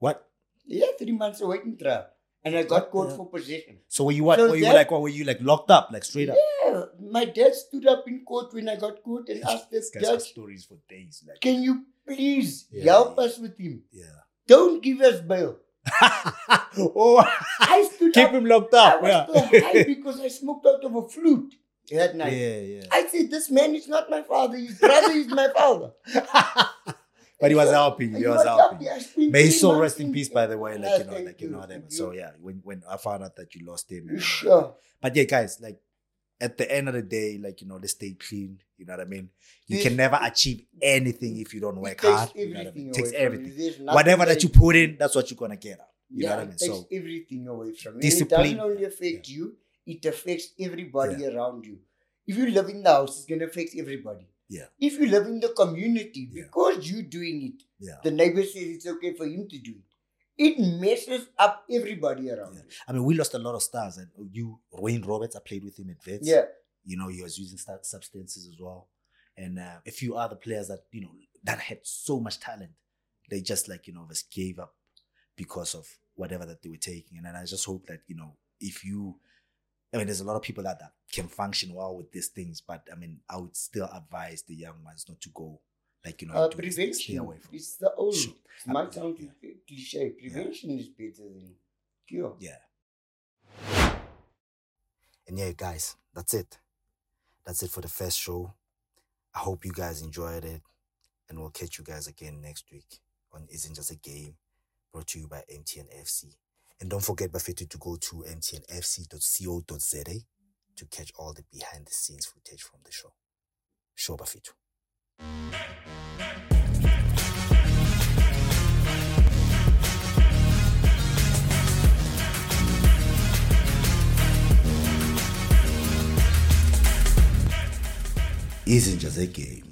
S1: What?
S2: Yeah, three months away in trial. And I got caught
S1: Yeah.
S2: for possession.
S1: So were you what?
S2: So
S1: were you
S2: that-
S1: like? What were you like? Locked up, like straight up.
S2: Yeah, my dad stood up in court when I got caught and asked the
S1: This guy's got
S2: judge,
S1: stories for days. Like
S2: Can you please
S1: Yeah.
S2: help us with him?
S1: yeah.
S2: Don't give us bail.
S1: oh,
S2: I stood
S1: keep
S2: up.
S1: him locked
S2: I
S1: up.
S2: was
S1: Yeah.
S2: so high because I smoked out of a flute that night.
S1: yeah, yeah.
S2: I said, This man is not my father, his brother is my father.
S1: but he was helping. He was helping. May his soul rest in peace, by the way. Like you know, like you know them. So yeah, when when I found out that you lost him, and all that.
S2: Sure.
S1: But yeah, guys, like at the end of the day, like you know, let's stay clean. You know what I mean? You
S2: This-
S1: can never achieve anything if you don't
S2: It
S1: work
S2: takes
S1: hard. You know what I mean?
S2: everything
S1: It takes
S2: away from
S1: everything.
S2: you. There's nothing
S1: Whatever that you put in, that's what you're gonna get out. You
S2: yeah,
S1: know what I mean?
S2: it takes
S1: So
S2: everything away from you. And It
S1: discipline-
S2: doesn't only affect you; it affects everybody around you. If you live in the house, it's going to affect everybody.
S1: Yeah.
S2: If you live in the community,
S1: Yeah.
S2: because you're doing it,
S1: Yeah.
S2: the neighbor says it's okay for him to do it. It messes up everybody around.
S1: Yeah. I mean, we lost a lot of stars, and you, Wayne Roberts, I played with him at Vets.
S2: Yeah.
S1: you know, he was using stu- substances as well, and uh, a few other players that you know that had so much talent, they just like you know just gave up because of whatever that they were taking. And, then I just hope that you know if you, I mean, there's a lot of people that, that can function well with these things, but I mean, I would still advise the young ones not to go like you know
S2: Uh,
S1: to stay- stay
S2: prevention
S1: away from.
S2: is the old.
S1: Sure.
S2: It might
S1: Absolutely,
S2: sound cliche. Prevention is better than cure.
S1: Yeah. And yeah, guys, that's it. That's it for the first show. I hope you guys enjoyed it. And we'll catch you guys again next week on Isn't Just a Game, brought to you by MTN FC. And don't forget, Buffett, to go to mtnfc.co.za to catch all the behind the scenes footage from the show. Show Buffett. Isn't Just a Game.